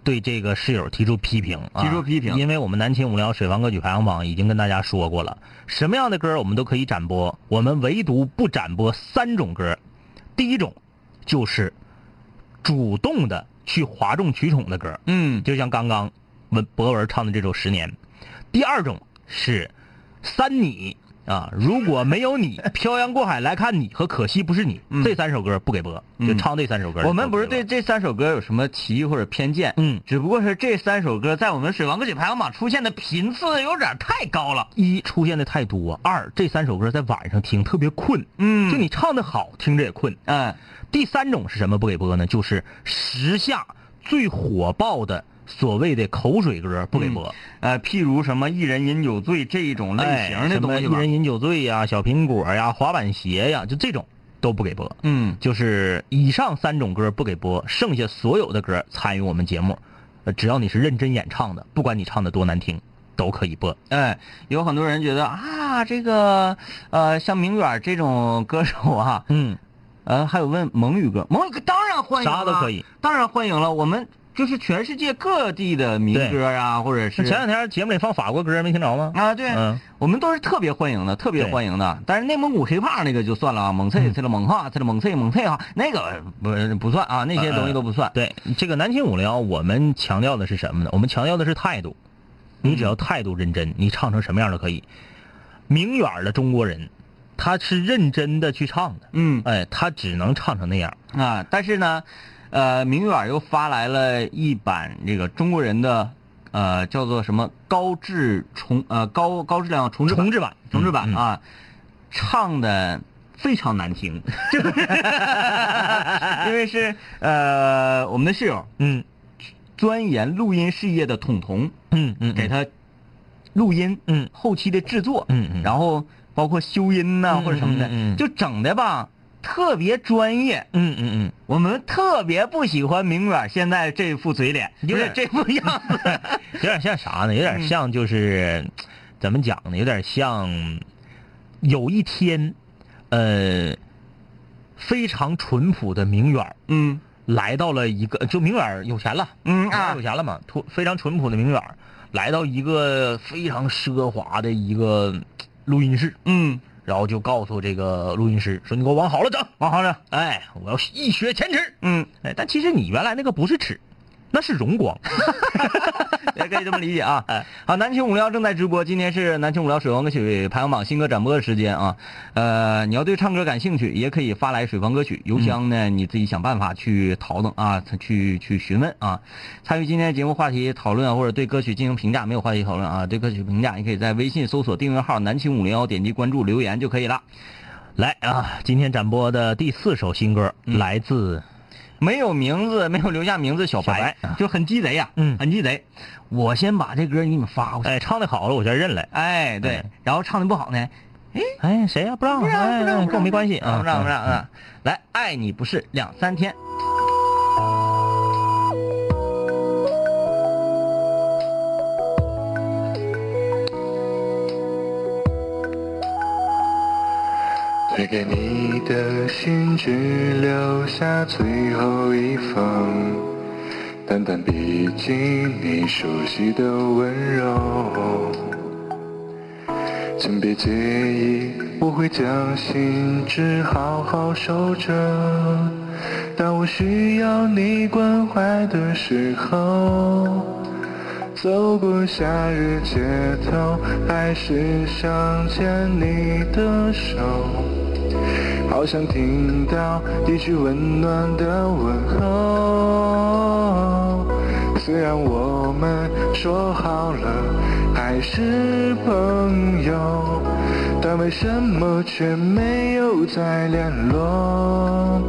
[SPEAKER 2] 对这个室友提出批评、啊，
[SPEAKER 3] 提出批评
[SPEAKER 2] 因为我们南秦五聊水房歌曲排行榜已经跟大家说过了，什么样的歌我们都可以展播，我们唯独不展播三种歌，第一种就是主动的去哗众取宠的歌，
[SPEAKER 3] 嗯，
[SPEAKER 2] 就像刚刚文博文唱的这首《十年》，第二种是三你啊，如果没有你，漂洋过海来看你和可惜不是你、
[SPEAKER 3] 嗯
[SPEAKER 2] 这三首歌不给播，就
[SPEAKER 3] 嗯
[SPEAKER 2] 唱这三首歌就可以了。
[SPEAKER 3] 我们不是对这三首歌有什么歧义或者偏见，
[SPEAKER 2] 嗯
[SPEAKER 3] 只不过是这三首歌在我们水王歌曲排行榜出现的频次有点太高了。
[SPEAKER 2] 一出现的太多，二这三首歌在晚上听特别困，
[SPEAKER 3] 嗯
[SPEAKER 2] 就你唱的好，听着也困。
[SPEAKER 3] 嗯，
[SPEAKER 2] 第三种是什么不给播呢？就是时下最火爆的所谓的口水歌不给播。
[SPEAKER 3] 呃，譬如什么一人饮酒醉这一种类型的东
[SPEAKER 2] 哎
[SPEAKER 3] 西
[SPEAKER 2] 什
[SPEAKER 3] 吧
[SPEAKER 2] 么一。人饮酒醉呀、小苹果呀、滑板鞋呀，就这种都不给播。
[SPEAKER 3] 嗯，
[SPEAKER 2] 就是以上三种歌不给播，剩下所有的歌参与我们节目，呃只要你是认真演唱的，不管你唱的多难听，都可以播。
[SPEAKER 3] 哎，有很多人觉得啊，这个呃，像明远这种歌手啊，
[SPEAKER 2] 嗯，
[SPEAKER 3] 呃，还有问蒙语歌，蒙语歌当然欢迎了，
[SPEAKER 2] 啥都可以，
[SPEAKER 3] 当然欢迎了。我们就是全世界各地的民
[SPEAKER 2] 对
[SPEAKER 3] 歌啊，或者是
[SPEAKER 2] 那前两天节目里放法国歌没听着吗？
[SPEAKER 3] 啊，对，
[SPEAKER 2] 嗯
[SPEAKER 3] 我们都是特别欢迎的，特别
[SPEAKER 2] 对嗯
[SPEAKER 3] 欢迎的。但是内蒙古黑怕那个就算了啊，蒙翠去了蒙哈去了蒙翠蒙翠哈，那个不不算啊，那些东西都不算。
[SPEAKER 2] 嗯对，这个南秦五聊，我们强调的是什么呢？我们强调的是态度。你只要态度认真，你唱成什么样都可以。明远儿的中国人，他是认真的去唱的，
[SPEAKER 3] 嗯
[SPEAKER 2] 哎，他只能唱成那样。
[SPEAKER 3] 啊，但是呢，呃，明远又发来了一版这个中国人的呃叫做什么高质重呃高高质量重制版
[SPEAKER 2] 重制版
[SPEAKER 3] 重制版
[SPEAKER 2] 嗯嗯
[SPEAKER 3] 啊，唱的非常难听， 因为是呃我们的室友
[SPEAKER 2] 嗯
[SPEAKER 3] 钻研录音事业的统彤。
[SPEAKER 2] 嗯嗯，
[SPEAKER 3] 给他录音，
[SPEAKER 2] 嗯
[SPEAKER 3] 后期的制作，
[SPEAKER 2] 嗯嗯
[SPEAKER 3] 然后包括修音呐、
[SPEAKER 2] 嗯
[SPEAKER 3] 或者什么的，
[SPEAKER 2] 嗯嗯嗯
[SPEAKER 3] 就整的吧特别专业。
[SPEAKER 2] 嗯嗯嗯，
[SPEAKER 3] 我们特别不喜欢明远现在这副嘴脸，
[SPEAKER 2] 有
[SPEAKER 3] 不
[SPEAKER 2] 点
[SPEAKER 3] 是这副样嗯子。
[SPEAKER 2] 有点像啥呢？有点像就是，怎么讲呢？有点像有一天，呃，非常淳朴的明远儿
[SPEAKER 3] 嗯
[SPEAKER 2] 来到了一个，就明远儿有钱了，
[SPEAKER 3] 嗯
[SPEAKER 2] 明远
[SPEAKER 3] 啊
[SPEAKER 2] 儿有钱了嘛，突非常淳朴的明远儿来到一个非常奢华的一个录音室，
[SPEAKER 3] 嗯，
[SPEAKER 2] 然后就告诉这个录音师说：“你给我往好了整，
[SPEAKER 3] 往好整。
[SPEAKER 2] 哎，我要一雪前耻。”
[SPEAKER 3] 嗯，
[SPEAKER 2] 哎，但其实你原来那个不是耻，那是荣光。
[SPEAKER 3] 也可以这么理解啊。好，南青五聊正在直播，今天是南青五聊水王歌曲排行榜新歌展播的时间啊。呃，你要对唱歌感兴趣，也可以发来水房歌曲，邮箱呢你自己想办法去淘腾啊，去去询问啊。参与今天节目话题讨论啊，或者对歌曲进行评价，没有话题讨论啊，对歌曲评价，你可以在微信搜索订阅号“南青五零幺”，点击关注留言就可以了。
[SPEAKER 2] 来啊，今天展播的第四首新歌、
[SPEAKER 3] 嗯
[SPEAKER 2] 来自
[SPEAKER 3] 没有名字，没有留下名字，小白啊
[SPEAKER 2] 小白
[SPEAKER 3] 就很鸡贼呀、
[SPEAKER 2] 嗯
[SPEAKER 3] 很鸡贼。我先把这歌给你们发过去。
[SPEAKER 2] 哎，唱的好了，我先认了。
[SPEAKER 3] 哎，对
[SPEAKER 2] 嗯，
[SPEAKER 3] 然后唱的不好呢，
[SPEAKER 2] 哎，谁呀、不让，哎，哎跟我没关系啊，
[SPEAKER 7] 不让不让
[SPEAKER 2] 啊
[SPEAKER 7] 啊！来，爱你不是两三天。
[SPEAKER 6] 推给你的信，只留下最后一封淡淡笔记，你熟悉的温柔。请别介意，我会将心事好好守着。当我需要你关怀的时候，走过夏日街头，还是想牵你的手，好想听到一句温暖的问候。虽然我们说好了还是朋友，但为什么却没有再联络？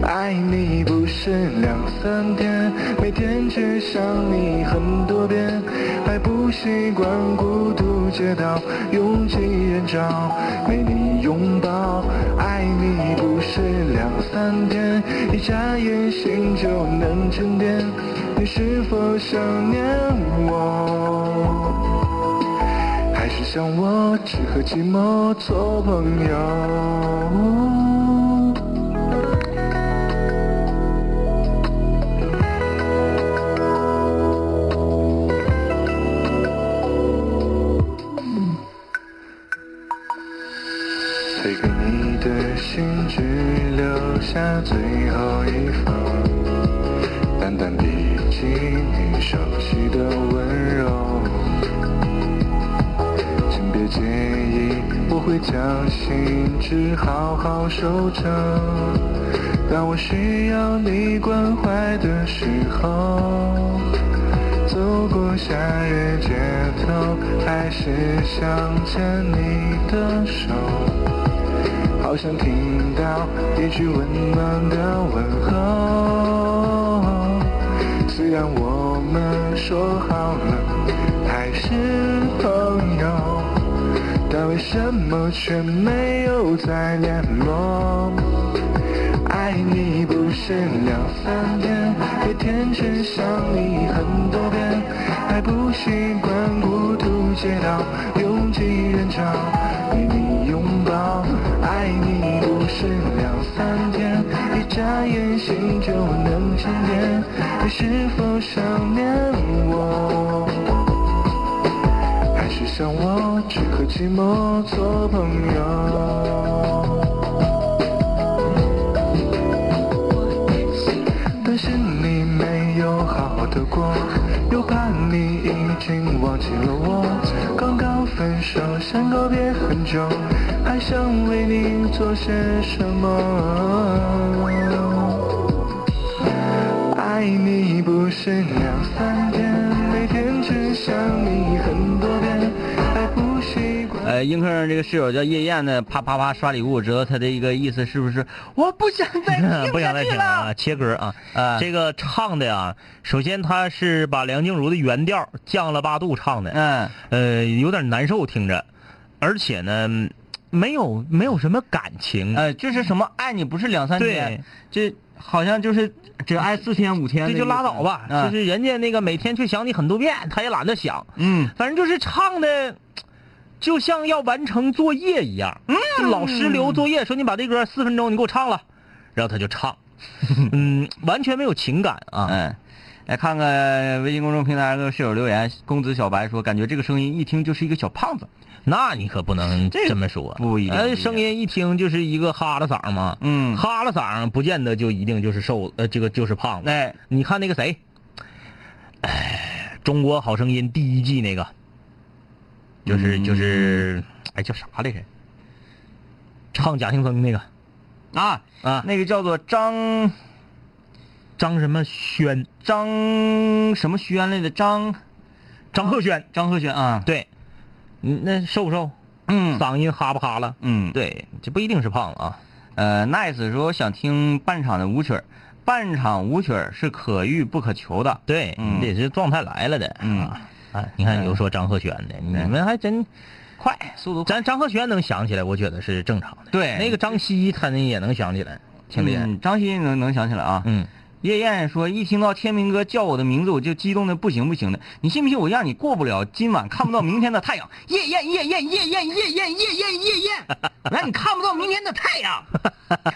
[SPEAKER 6] 爱你不是两三天，每天只想你很多遍，还不习惯孤独街道，拥挤人潮，没你拥抱。爱你不是两三天，一眨眼心就能沉淀。你是否想念我？还是像我只和寂寞做朋友？推给你的信，只留下最后一封淡淡笔记，你熟悉的温柔。请别介意，我会将心事好好收着。当我需要你关怀的时候，走过夏日街头，还是想牵你的手。好想听到一句温暖的问候。虽然我们说好了还是朋友，但为什么却没有再联络？爱你不是两三天，每天只想你很多遍，还不习惯孤独街道拥挤人潮，与你拥抱。爱你不是两三天，一眨眼心就能沉淀。你是否想念我？还是像我只和寂寞做朋友？但是你没有好好的过，又怕你已经忘记了我。刚刚分手，想告别很久，还想为你做些什么？爱你不是两三天，每天只想你很多遍，还不习惯。
[SPEAKER 7] 呃，映客这个室友叫叶燕呢，啪啪啪刷礼物，我知道他的一个意思是不是我不想再听
[SPEAKER 2] 不想
[SPEAKER 7] 下
[SPEAKER 2] 再
[SPEAKER 7] 去
[SPEAKER 2] 听了
[SPEAKER 7] 了
[SPEAKER 2] 啊，？切歌啊。
[SPEAKER 7] 啊
[SPEAKER 2] 这个唱的呀，首先他是把梁静茹的原调降了八度唱的，
[SPEAKER 7] 嗯，
[SPEAKER 2] 呃，有点难受听着，而且呢，嗯没有没有什么感情。
[SPEAKER 7] 呃，就是什么爱你不是两三天
[SPEAKER 2] 对，
[SPEAKER 7] 这好像就是只爱四天五天的意
[SPEAKER 2] 这
[SPEAKER 7] 思，
[SPEAKER 2] 就拉倒吧，
[SPEAKER 7] 啊
[SPEAKER 2] 就是人家那个每天却想你很多遍，他也懒得想，
[SPEAKER 7] 嗯，
[SPEAKER 2] 反正就是唱的，就像要完成作业一样。嗯，老师留作业说你把这歌四分钟你给我唱了，然后他就唱， 嗯，完全没有情感啊。
[SPEAKER 7] 嗯，来看看微信公众平台的室友留言，公子小白说，感觉这个声音一听就是一个小胖子。
[SPEAKER 2] 那你可不能
[SPEAKER 7] 这个
[SPEAKER 2] 这么说，
[SPEAKER 7] 不一定不一
[SPEAKER 2] 呃，
[SPEAKER 7] 定
[SPEAKER 2] 声音一听就是一个哈喇嗓嘛。
[SPEAKER 7] 嗯
[SPEAKER 2] 哈喇嗓不见得就一定就是瘦，呃，这个就是胖子。
[SPEAKER 7] 哎，
[SPEAKER 2] 你看那个谁，哎，《中国好声音》第一季那个，就是就是，哎，叫啥来着？唱贾庆峰那个
[SPEAKER 7] 啊
[SPEAKER 2] 啊
[SPEAKER 7] 那个叫做张
[SPEAKER 2] 张什么轩，
[SPEAKER 7] 张什么轩来的张
[SPEAKER 2] 张鹤轩，
[SPEAKER 7] 张鹤轩啊，
[SPEAKER 2] 对，嗯，那瘦不瘦？
[SPEAKER 7] 嗯
[SPEAKER 2] 嗓音哈不哈了？
[SPEAKER 7] 嗯，
[SPEAKER 2] 对，这不一定是胖子啊。
[SPEAKER 7] 呃，nice 说想听半场的舞曲儿，半场舞曲儿是可遇不可求的。
[SPEAKER 2] 对，
[SPEAKER 7] 嗯
[SPEAKER 2] 你得是状态来了的。
[SPEAKER 7] 嗯
[SPEAKER 2] 啊，哎，你看有说张鹤轩的，你们还真快，
[SPEAKER 3] 速度快
[SPEAKER 2] 咱张鹤轩能想起来，我觉得是正常的。
[SPEAKER 3] 对
[SPEAKER 2] 那个张希他那也能想起来，挺厉害。
[SPEAKER 3] 嗯张欣能能想起来啊。
[SPEAKER 2] 嗯，
[SPEAKER 3] 叶燕说：“一听到天明哥叫我的名字，我就激动的不行不行的。你信不信我让你过不了今晚，看不到明天的太阳？夜宴夜宴夜宴夜宴夜宴夜宴，我让你看不到明天的太阳。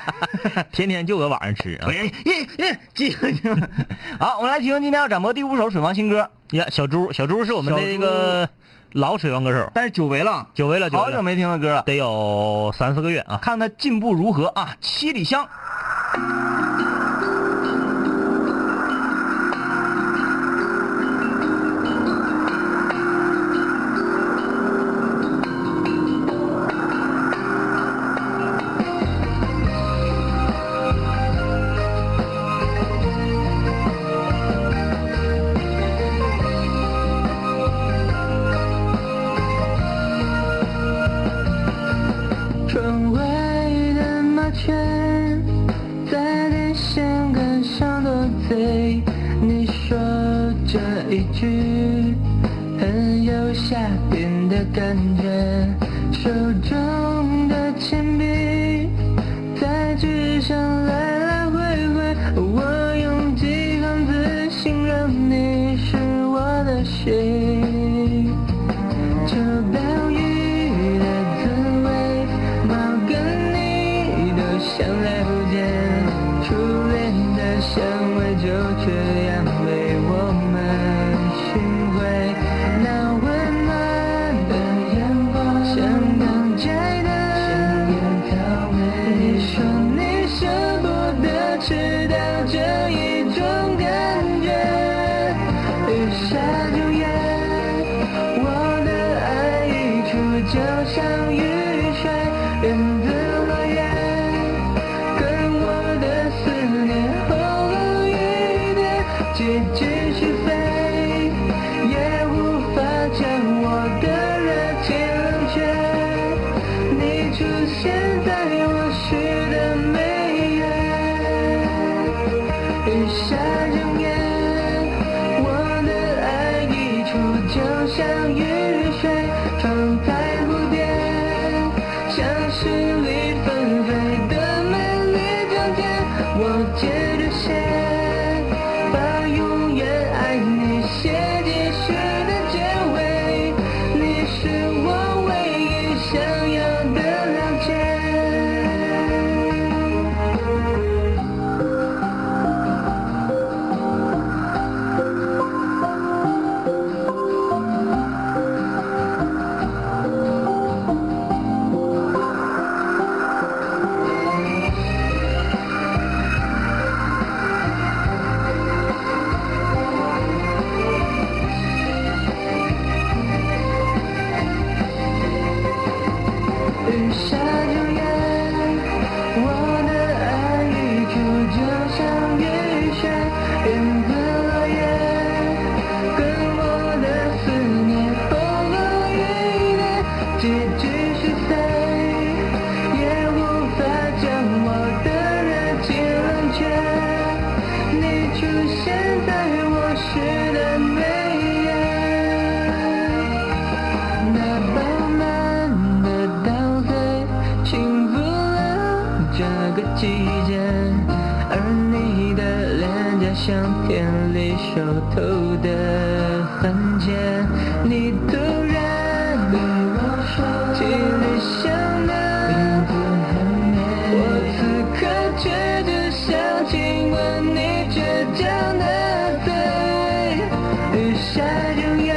[SPEAKER 2] 天天就搁晚上吃啊。
[SPEAKER 3] 哎耶耶，记住记住。好，我们来听今天要展播第五首水王新歌，
[SPEAKER 2] 呀，小猪，小猪是我们的
[SPEAKER 3] 小猪
[SPEAKER 2] 这个老水王歌手，
[SPEAKER 3] 但是久违了，
[SPEAKER 2] 久违了，久
[SPEAKER 3] 好
[SPEAKER 2] 违
[SPEAKER 3] 久
[SPEAKER 2] 了，
[SPEAKER 3] 没听到歌了，
[SPEAKER 2] 得有三四个月啊。
[SPEAKER 3] 看他进步如何啊！七里香，
[SPEAKER 4] 窗外的麻雀在电线杆上落泪，你说这一句很有夏天的感觉。手中的铅笔在纸上来来回回，我用几行字形容你是我的谁？这岛屿的滋味，猫跟你都想了解。初恋的香味就这样被我们寻回。那温暖的阳光，像刚摘的鲜艳草莓。你说你舍不得吃到这一种感觉，雨下就要。我的爱溢出，就像雨水，源自落叶，跟我的思念喉咙一点，结局是非，也无法将我的热情冷却。你出现在我许的眉眼。雨下整夜，我的爱溢出，就像雨水窗台蝴蝶，像诗里纷飞的美丽章节，我接着写，把永远爱你写进诗的结尾，你是我唯一想要的了解。雨下就咽，我的爱溢出，就像雨水源自落叶，跟我的思念喉咙一点，结局是非，也无法将我的热情冷却。你出现在我诗的眉眼。那饱满的稻穗，幸福了这个季节，而你的脸颊像田里熟透的番茄。你突然对我说，七里香的名字很美，我此刻却只想亲吻你倔强的嘴，雨下就咽。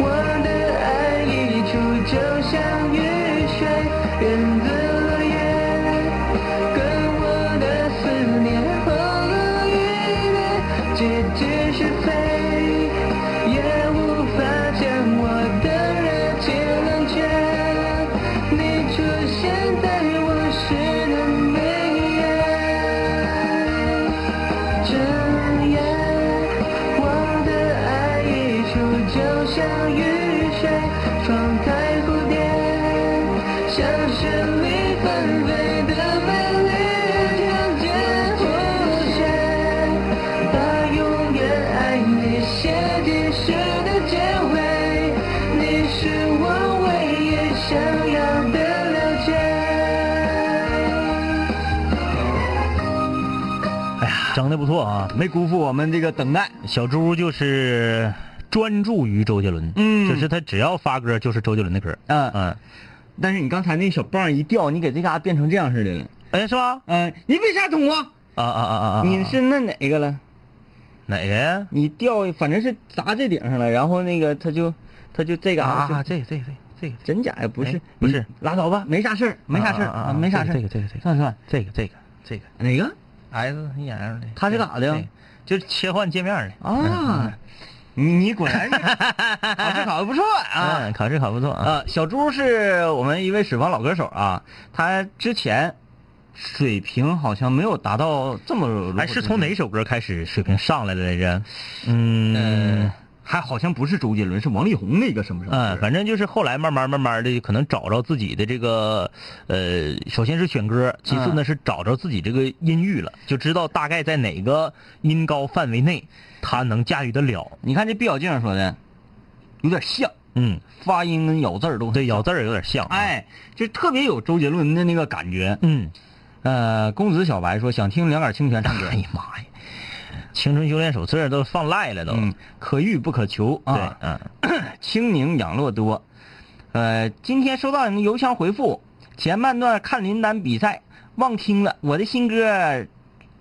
[SPEAKER 4] 我的爱溢出，就像雨水源自落叶，跟我的思念喉咙一点，结局是非，也无法将我的热情冷却。你出现在我诗的眉眼。整夜，我的爱溢出，就像雨水，窗台蝴蝶，像是里纷飞的美丽条件弧线，把永远爱你写进诗的结尾，你是我唯
[SPEAKER 2] 整的不错啊。
[SPEAKER 3] 没辜负我们这个等待。
[SPEAKER 2] 小猪就是专注于周杰伦，
[SPEAKER 3] 嗯
[SPEAKER 2] 就是他只要发歌就是周杰伦的歌，
[SPEAKER 3] 嗯
[SPEAKER 2] 嗯，
[SPEAKER 3] 但是你刚才那小棒一掉，你给这嘎变成这样似的了。
[SPEAKER 2] 哎是吧？
[SPEAKER 3] 嗯、你为啥捅我？
[SPEAKER 2] 啊啊啊啊啊！
[SPEAKER 3] 你是那哪个了？
[SPEAKER 2] 哪个呀？
[SPEAKER 3] 你掉，反正是砸这顶上了，然后那个他就他就这嘎、
[SPEAKER 2] 啊，这个这个这个这
[SPEAKER 3] 真假呀？不是
[SPEAKER 2] 哎不是
[SPEAKER 3] 你拉倒吧，没啥事儿，没啥事儿
[SPEAKER 2] 啊啊啊啊
[SPEAKER 3] 没啥事儿。
[SPEAKER 2] 这个这个这个
[SPEAKER 3] 算算
[SPEAKER 2] 这个这个这个
[SPEAKER 3] 哪个
[SPEAKER 2] S E L 的，
[SPEAKER 3] 他是干啥的呀
[SPEAKER 2] 这个？就是切换界面的。
[SPEAKER 3] 啊？你你果 然是考试考的不错啊。
[SPEAKER 2] 嗯，考试考不错啊。
[SPEAKER 3] 啊，小猪是我们一位沈方老歌手啊，他之前水平好像没有达到这么，
[SPEAKER 2] 哎，是从哪？首歌开始水平上来的来着？嗯
[SPEAKER 3] 呃，还好像不是周杰伦，是王力宏那个什么什么歌。
[SPEAKER 2] 嗯，反正就是后来慢慢慢慢的，可能找着自己的这个，呃，首先是选歌，其次呢
[SPEAKER 3] 嗯
[SPEAKER 2] 是找着自己这个音域了，就知道大概在哪个音高范围内他能驾驭得了。
[SPEAKER 3] 你看这毕小静说的，有点像，
[SPEAKER 2] 嗯，
[SPEAKER 3] 发音跟咬字儿都
[SPEAKER 2] 对，咬字儿有点像。，啊
[SPEAKER 3] 哎，就特别有周杰伦的那个感觉。
[SPEAKER 2] 嗯，
[SPEAKER 3] 呃，公子小白说想听两杆清泉唱歌
[SPEAKER 2] 哎，呀妈呀，青春修炼手册都放赖了都。
[SPEAKER 3] 嗯，可遇不可求
[SPEAKER 2] 对
[SPEAKER 3] 啊，。
[SPEAKER 2] 嗯，
[SPEAKER 3] 清宁养乐多，呃，今天收到你们邮箱回复，前半段看林丹比赛忘听了，我的新歌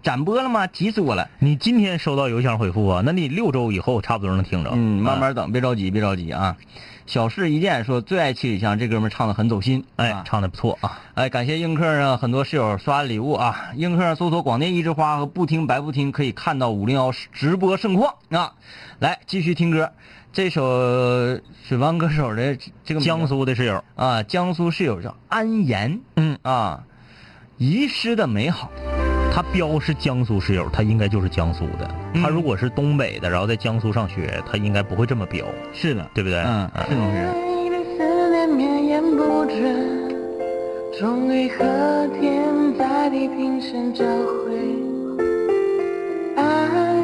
[SPEAKER 3] 展播了吗？急死我了。
[SPEAKER 2] 你今天收到邮箱回复啊？那你六周以后差不多能听着。
[SPEAKER 3] 嗯，慢
[SPEAKER 2] 啊。
[SPEAKER 3] 慢等，别着急，别着急啊。小事一件说最爱七里香，这哥们儿唱的很走心，
[SPEAKER 2] 哎
[SPEAKER 3] 啊，
[SPEAKER 2] 唱的不错啊。
[SPEAKER 3] 哎，感谢映客呢，很多室友刷礼物啊！映客搜索“广电一枝花”和“不听白不听”，可以看到五零幺直播盛况啊！来，继续听歌，这首水王歌手的这个名字
[SPEAKER 2] 江苏的室友，
[SPEAKER 3] 啊，江苏室友叫安岩，嗯啊，遗失的美好，
[SPEAKER 2] 他标是江苏室友，他应该就是江苏的。
[SPEAKER 3] 嗯
[SPEAKER 2] 他如果是东北的，然后在江苏上学，他应该不会这么标，
[SPEAKER 3] 是的，
[SPEAKER 2] 对不啊
[SPEAKER 3] 嗯，是这
[SPEAKER 2] 对？
[SPEAKER 3] 么回事。
[SPEAKER 4] 一杯思念绵延不绝，终于和天在地平线交汇。爱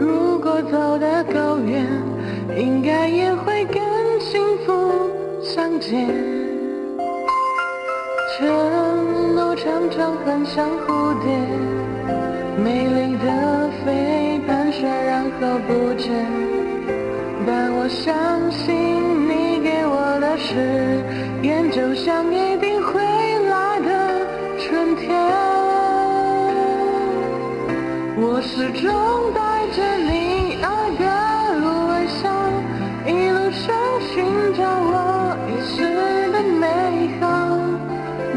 [SPEAKER 4] 如果走得够远，应该也会跟幸福相见。承诺常常很像蝴蝶，美丽的飞盘旋，然后不见。但我相信你给我的誓言，就像一定会来的春天。我始终带着你爱的微笑，一路上寻找我遗失的美好。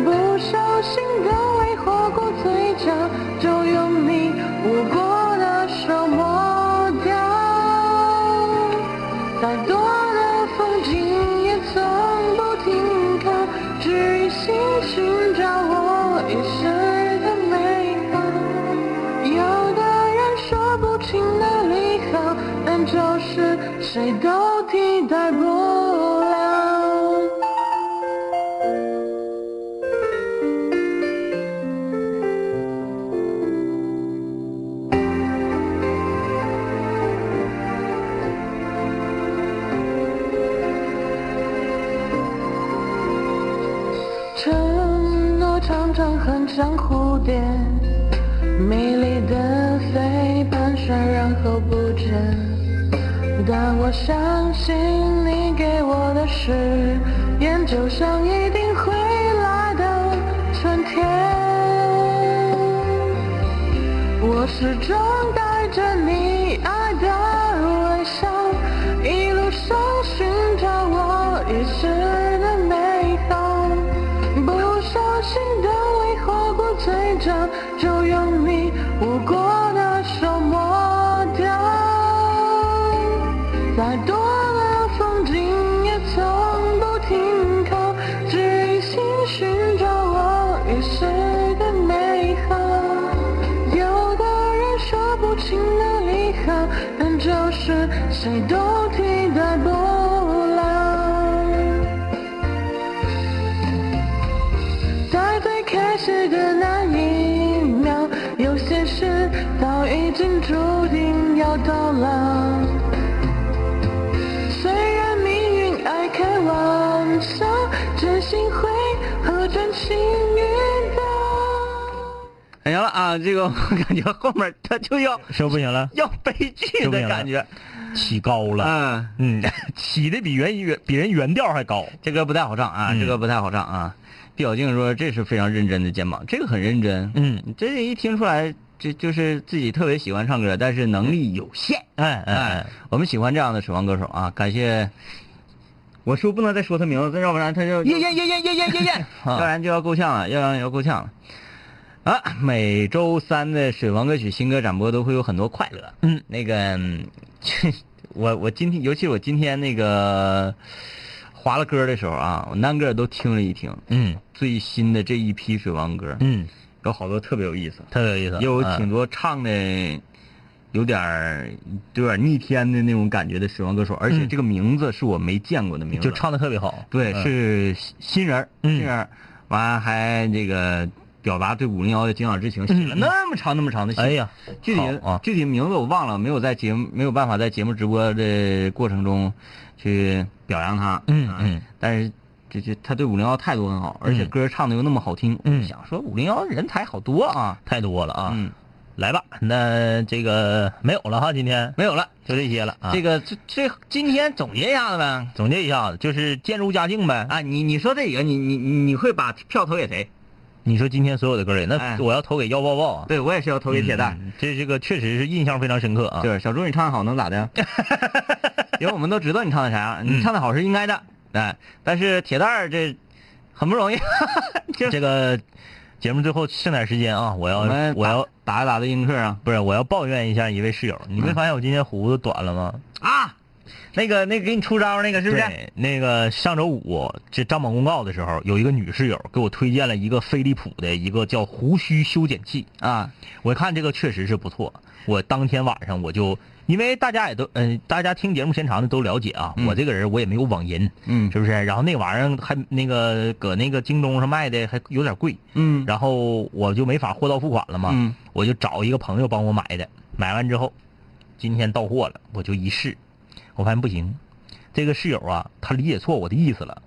[SPEAKER 4] 不小心的微火过嘴角，就用你握过的手抹掉。再多的风景也从不停靠，只一心寻找我遗失的美好。有的人说不清哪里好，但就是谁都替代不了。承诺常常很像蝴蝶，美丽的飞盘旋然后不见。但我相信你给我的誓言，就像一定会来的春天。我始终带着你爱的微笑，一路上寻找我遗失的美好。不小心的微火过嘴角，就用你握过的手抹掉。再多的风景也从不停靠，只一心寻找我遗失的美好。有的人说不清哪里好，但就是谁都替代不了。在最开始的那一秒，有些事早已经注定要到老。虽然命运爱开玩笑，真心会和真心遇到。
[SPEAKER 3] 哎呀啊，这个我感觉后面他就要
[SPEAKER 2] 是不是不行了？
[SPEAKER 3] 要悲剧
[SPEAKER 2] 就不
[SPEAKER 3] 的
[SPEAKER 2] 行了
[SPEAKER 3] 感觉，
[SPEAKER 2] 起高了，
[SPEAKER 3] 嗯，
[SPEAKER 2] 嗯， 起的比原原比人原调还高。
[SPEAKER 3] 这歌不太好唱啊，
[SPEAKER 2] 嗯
[SPEAKER 3] 这歌不太好唱啊。毕小静说这是非常认真的肩膀，这个很认真，
[SPEAKER 2] 嗯，
[SPEAKER 3] 你这一听出来，这就是自己特别喜欢唱歌，但是能力有限。
[SPEAKER 2] 哎哎
[SPEAKER 3] 哎
[SPEAKER 2] 哎，，
[SPEAKER 3] 我们喜欢这样的水王歌手啊，感谢。我说不能再说他名字，要不然他就啊
[SPEAKER 2] 耶耶耶耶耶耶 耶耶！
[SPEAKER 3] 要然就要够呛了，要然要够呛了。啊，每周三的水王歌曲新歌展播都会有很多快乐。
[SPEAKER 2] 嗯，
[SPEAKER 3] 那个， 嗯我我今天，尤其是我今天那个划了歌的时候啊，我单个都听了一听。
[SPEAKER 2] 嗯
[SPEAKER 3] 最新的这一批水王歌，
[SPEAKER 2] 嗯，
[SPEAKER 3] 有好多特别有意思，
[SPEAKER 2] 特别有意思，
[SPEAKER 3] 有
[SPEAKER 2] 嗯
[SPEAKER 3] 挺多唱的有点儿有点儿逆天的那种感觉的水王歌手，而且
[SPEAKER 2] 嗯
[SPEAKER 3] 这个名字是我没见过的名字，
[SPEAKER 2] 就唱的特别好。
[SPEAKER 3] 对，
[SPEAKER 2] 嗯
[SPEAKER 3] 是新人儿，
[SPEAKER 2] 嗯
[SPEAKER 3] 新人儿，完还这个表达对五零幺的敬仰之情，写了那么长那么长的信。
[SPEAKER 2] 嗯哎呀，
[SPEAKER 3] 具体
[SPEAKER 2] 好啊
[SPEAKER 3] 具体名字我忘了，没有在节目没有办法在节目直播的过程中去表扬他。
[SPEAKER 2] 嗯
[SPEAKER 3] 啊
[SPEAKER 2] 嗯，
[SPEAKER 3] 但是这这他对五零幺态度很好，而且
[SPEAKER 2] 嗯
[SPEAKER 3] 歌唱的又那么好听，我
[SPEAKER 2] 嗯
[SPEAKER 3] 就想说五零幺人才好多啊。
[SPEAKER 2] 太多了啊！
[SPEAKER 3] 嗯，
[SPEAKER 2] 来吧，那这个没有了哈，今天
[SPEAKER 3] 没有了，
[SPEAKER 2] 就这些了啊。
[SPEAKER 3] 这个这这今天总结一下子呗。
[SPEAKER 2] 总结一下子，就是渐入佳境呗。
[SPEAKER 3] 啊，你你说这个，你你你你会把票投给谁？
[SPEAKER 2] 你说今天所有的歌里，
[SPEAKER 3] 哎
[SPEAKER 2] 那我要投给要抱抱啊，
[SPEAKER 3] 对我也是要投给铁蛋。
[SPEAKER 2] 嗯这这个确实是印象非常深刻啊。
[SPEAKER 3] 就是小猪，你唱的好能咋 的？因为我们都知道你唱的啥样，你
[SPEAKER 2] 嗯
[SPEAKER 3] 唱的好是应该的，哎，但是铁蛋儿这很不 容易，就
[SPEAKER 2] 这个节目最后剩点时间啊，我要
[SPEAKER 3] 我们
[SPEAKER 2] 我要
[SPEAKER 3] 打着打着映客啊嗯
[SPEAKER 2] 不是我要抱怨一下一位室友，你没发现我今天胡子短了吗？
[SPEAKER 3] 啊，那个那个给你出招那个是不是？
[SPEAKER 2] 对，那个上周五这张榜公告的时候，有一个女室友给我推荐了一个飞利浦的一个叫胡须修剪器
[SPEAKER 3] 啊，
[SPEAKER 2] 我看这个确实是不错。我当天晚上我就，因为大家也都，嗯、大家听节目时间长的都了解啊，
[SPEAKER 3] 嗯
[SPEAKER 2] 我这个人我也没有网银，
[SPEAKER 3] 嗯
[SPEAKER 2] 是不是？然后那玩意儿还那个搁那个京东上卖的还有点贵，
[SPEAKER 3] 嗯
[SPEAKER 2] 然后我就没法货到付款了嘛，
[SPEAKER 3] 嗯
[SPEAKER 2] 我就找一个朋友帮我买的，买完之后，今天到货了，我就一试，我发现不行，这个室友啊，他理解错我的意思了。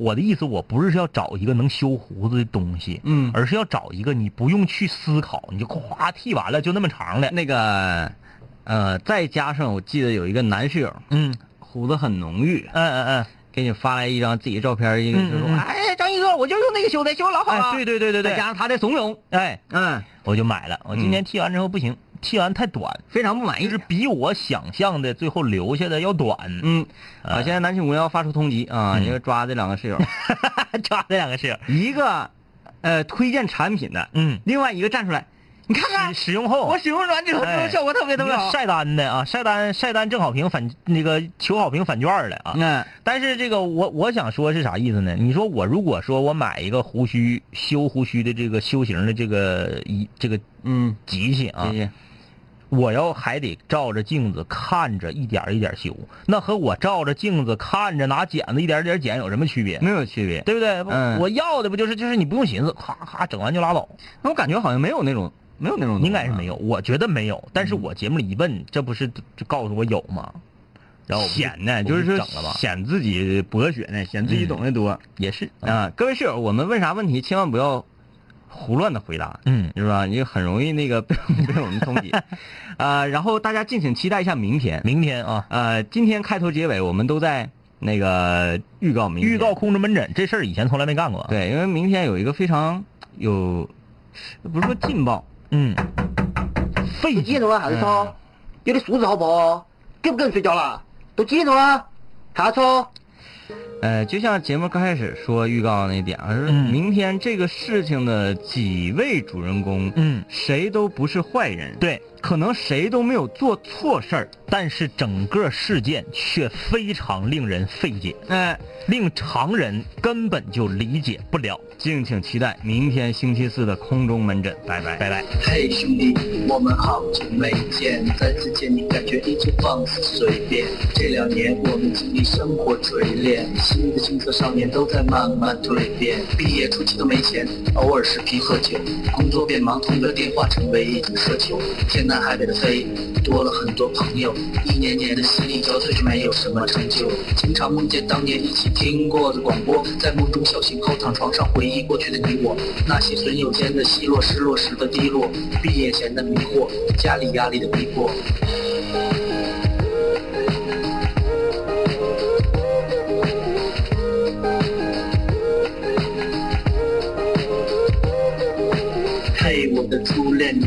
[SPEAKER 2] 我的意思，我不是要找一个能修胡子的东西，
[SPEAKER 3] 嗯
[SPEAKER 2] 而是要找一个你不用去思考，你就咵剃完了，就那么长的，
[SPEAKER 3] 那个呃，再加上我记得有一个男室友
[SPEAKER 2] 嗯，
[SPEAKER 3] 胡子很浓郁，
[SPEAKER 2] 嗯嗯嗯，
[SPEAKER 3] 给你发来一张自己照片，一个就说
[SPEAKER 2] 嗯嗯嗯
[SPEAKER 3] 哎张一哥，我就用那个修的，修老好了。
[SPEAKER 2] 哎，对对对对
[SPEAKER 3] 再
[SPEAKER 2] 对
[SPEAKER 3] 加，上他的怂恿，
[SPEAKER 2] 哎，
[SPEAKER 3] 嗯，
[SPEAKER 2] 我就买了。我今天剃完之后不行，剃完太短，
[SPEAKER 3] 非常不满
[SPEAKER 2] 就
[SPEAKER 3] 意
[SPEAKER 2] 是。比我想象的最后留下的要短。啊
[SPEAKER 3] 嗯，好， 现在南庆五幺发出通缉啊，
[SPEAKER 2] 呃嗯
[SPEAKER 3] 因为抓这两个 室友，
[SPEAKER 2] 抓这两个室友，
[SPEAKER 3] 一个呃推荐产品的，
[SPEAKER 2] 嗯，
[SPEAKER 3] 另外一个站出来，你看看
[SPEAKER 2] 使使用后，
[SPEAKER 3] 我使用完之嗯后，这
[SPEAKER 2] 哎
[SPEAKER 3] 种效果特别特别
[SPEAKER 2] 你看
[SPEAKER 3] 好。
[SPEAKER 2] 晒单的啊，晒单晒单正好评返那个求好评返券儿的啊。
[SPEAKER 3] 嗯
[SPEAKER 2] 但是这个我我想说是啥意思呢？你说我如果说我买一个胡须修胡须的这个修型的这个一这个
[SPEAKER 3] 嗯，
[SPEAKER 2] 机器啊
[SPEAKER 3] 谢，谢。
[SPEAKER 2] 我要还得照着镜子看着一点儿一点儿修，那和我照着镜子看着拿剪子一点儿一点儿剪有什么区别？
[SPEAKER 3] 没有区别。
[SPEAKER 2] 对不对？
[SPEAKER 3] 嗯
[SPEAKER 2] 我要的不就是就是你不用寻思，咔咔整完就拉倒。
[SPEAKER 3] 那我感觉好像没有那种，没有那种，
[SPEAKER 2] 应该是没。有，我觉得没有。但是我节目里一问，这不是就告诉我有吗？然后我不就
[SPEAKER 3] 显呢，
[SPEAKER 2] 我不
[SPEAKER 3] 就是说
[SPEAKER 2] 整了吧？嗯
[SPEAKER 3] 显自己博学呢，显自己懂得多
[SPEAKER 2] 也是，
[SPEAKER 3] 啊。各位室友，我们问啥问题，千万不要胡乱的回答，
[SPEAKER 2] 嗯，
[SPEAKER 3] 是吧？你就很容易那个被 被我们通 缉。啊，然后大家敬请期待一下明天。
[SPEAKER 2] 明天啊，
[SPEAKER 3] 呃，今天开头结尾我们都在那个预告明天
[SPEAKER 2] 预告空中门诊这事儿以前从来没干过。，
[SPEAKER 3] 对，因为明天有一个非常有，不是说劲爆，
[SPEAKER 2] 嗯，
[SPEAKER 8] 都几点钟了，还是吵？有点素质好不好？跟不跟人睡觉了？都几点钟了，还吵？
[SPEAKER 3] 呃，就像节目刚开始说预告那点，而是
[SPEAKER 2] 嗯
[SPEAKER 3] 明天这个事情的几位主人公，
[SPEAKER 2] 嗯，
[SPEAKER 3] 谁都不是坏人，，
[SPEAKER 2] 对。
[SPEAKER 3] 可能谁都没有做错事儿，
[SPEAKER 2] 但是整个事件却非常令人费解，
[SPEAKER 3] 哎、
[SPEAKER 2] 令常人根本就理解不了。
[SPEAKER 3] 敬请期待明天星期四的空中门诊，拜拜，拜拜。
[SPEAKER 1] 嘿，兄弟，我们好久没见，再次见你感觉依旧放肆随便。这两年我们经历生活锤炼，新的青涩少年都在慢慢蜕变。毕业初期都没钱，偶尔视频喝酒，工作变忙，通个电话成为一种奢求。天
[SPEAKER 3] 南海北的飞，多了很多朋友，一年年的心力交瘁却没有什么成就。经常梦见当年一起听过的广播，在梦中笑醒后躺床上回忆过去的你我，那些损友间的奚落，失落时的低落，毕业前的迷惑，家里压力的逼迫。嘿，我的初恋，你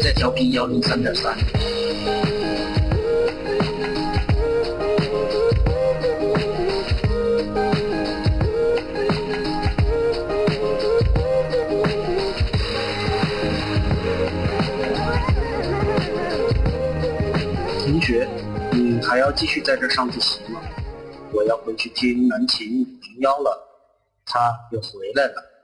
[SPEAKER 3] 在调频幺零三点三。同学，你还要继续在这上自习吗？我要回去听南琴零幺了，他又回来了。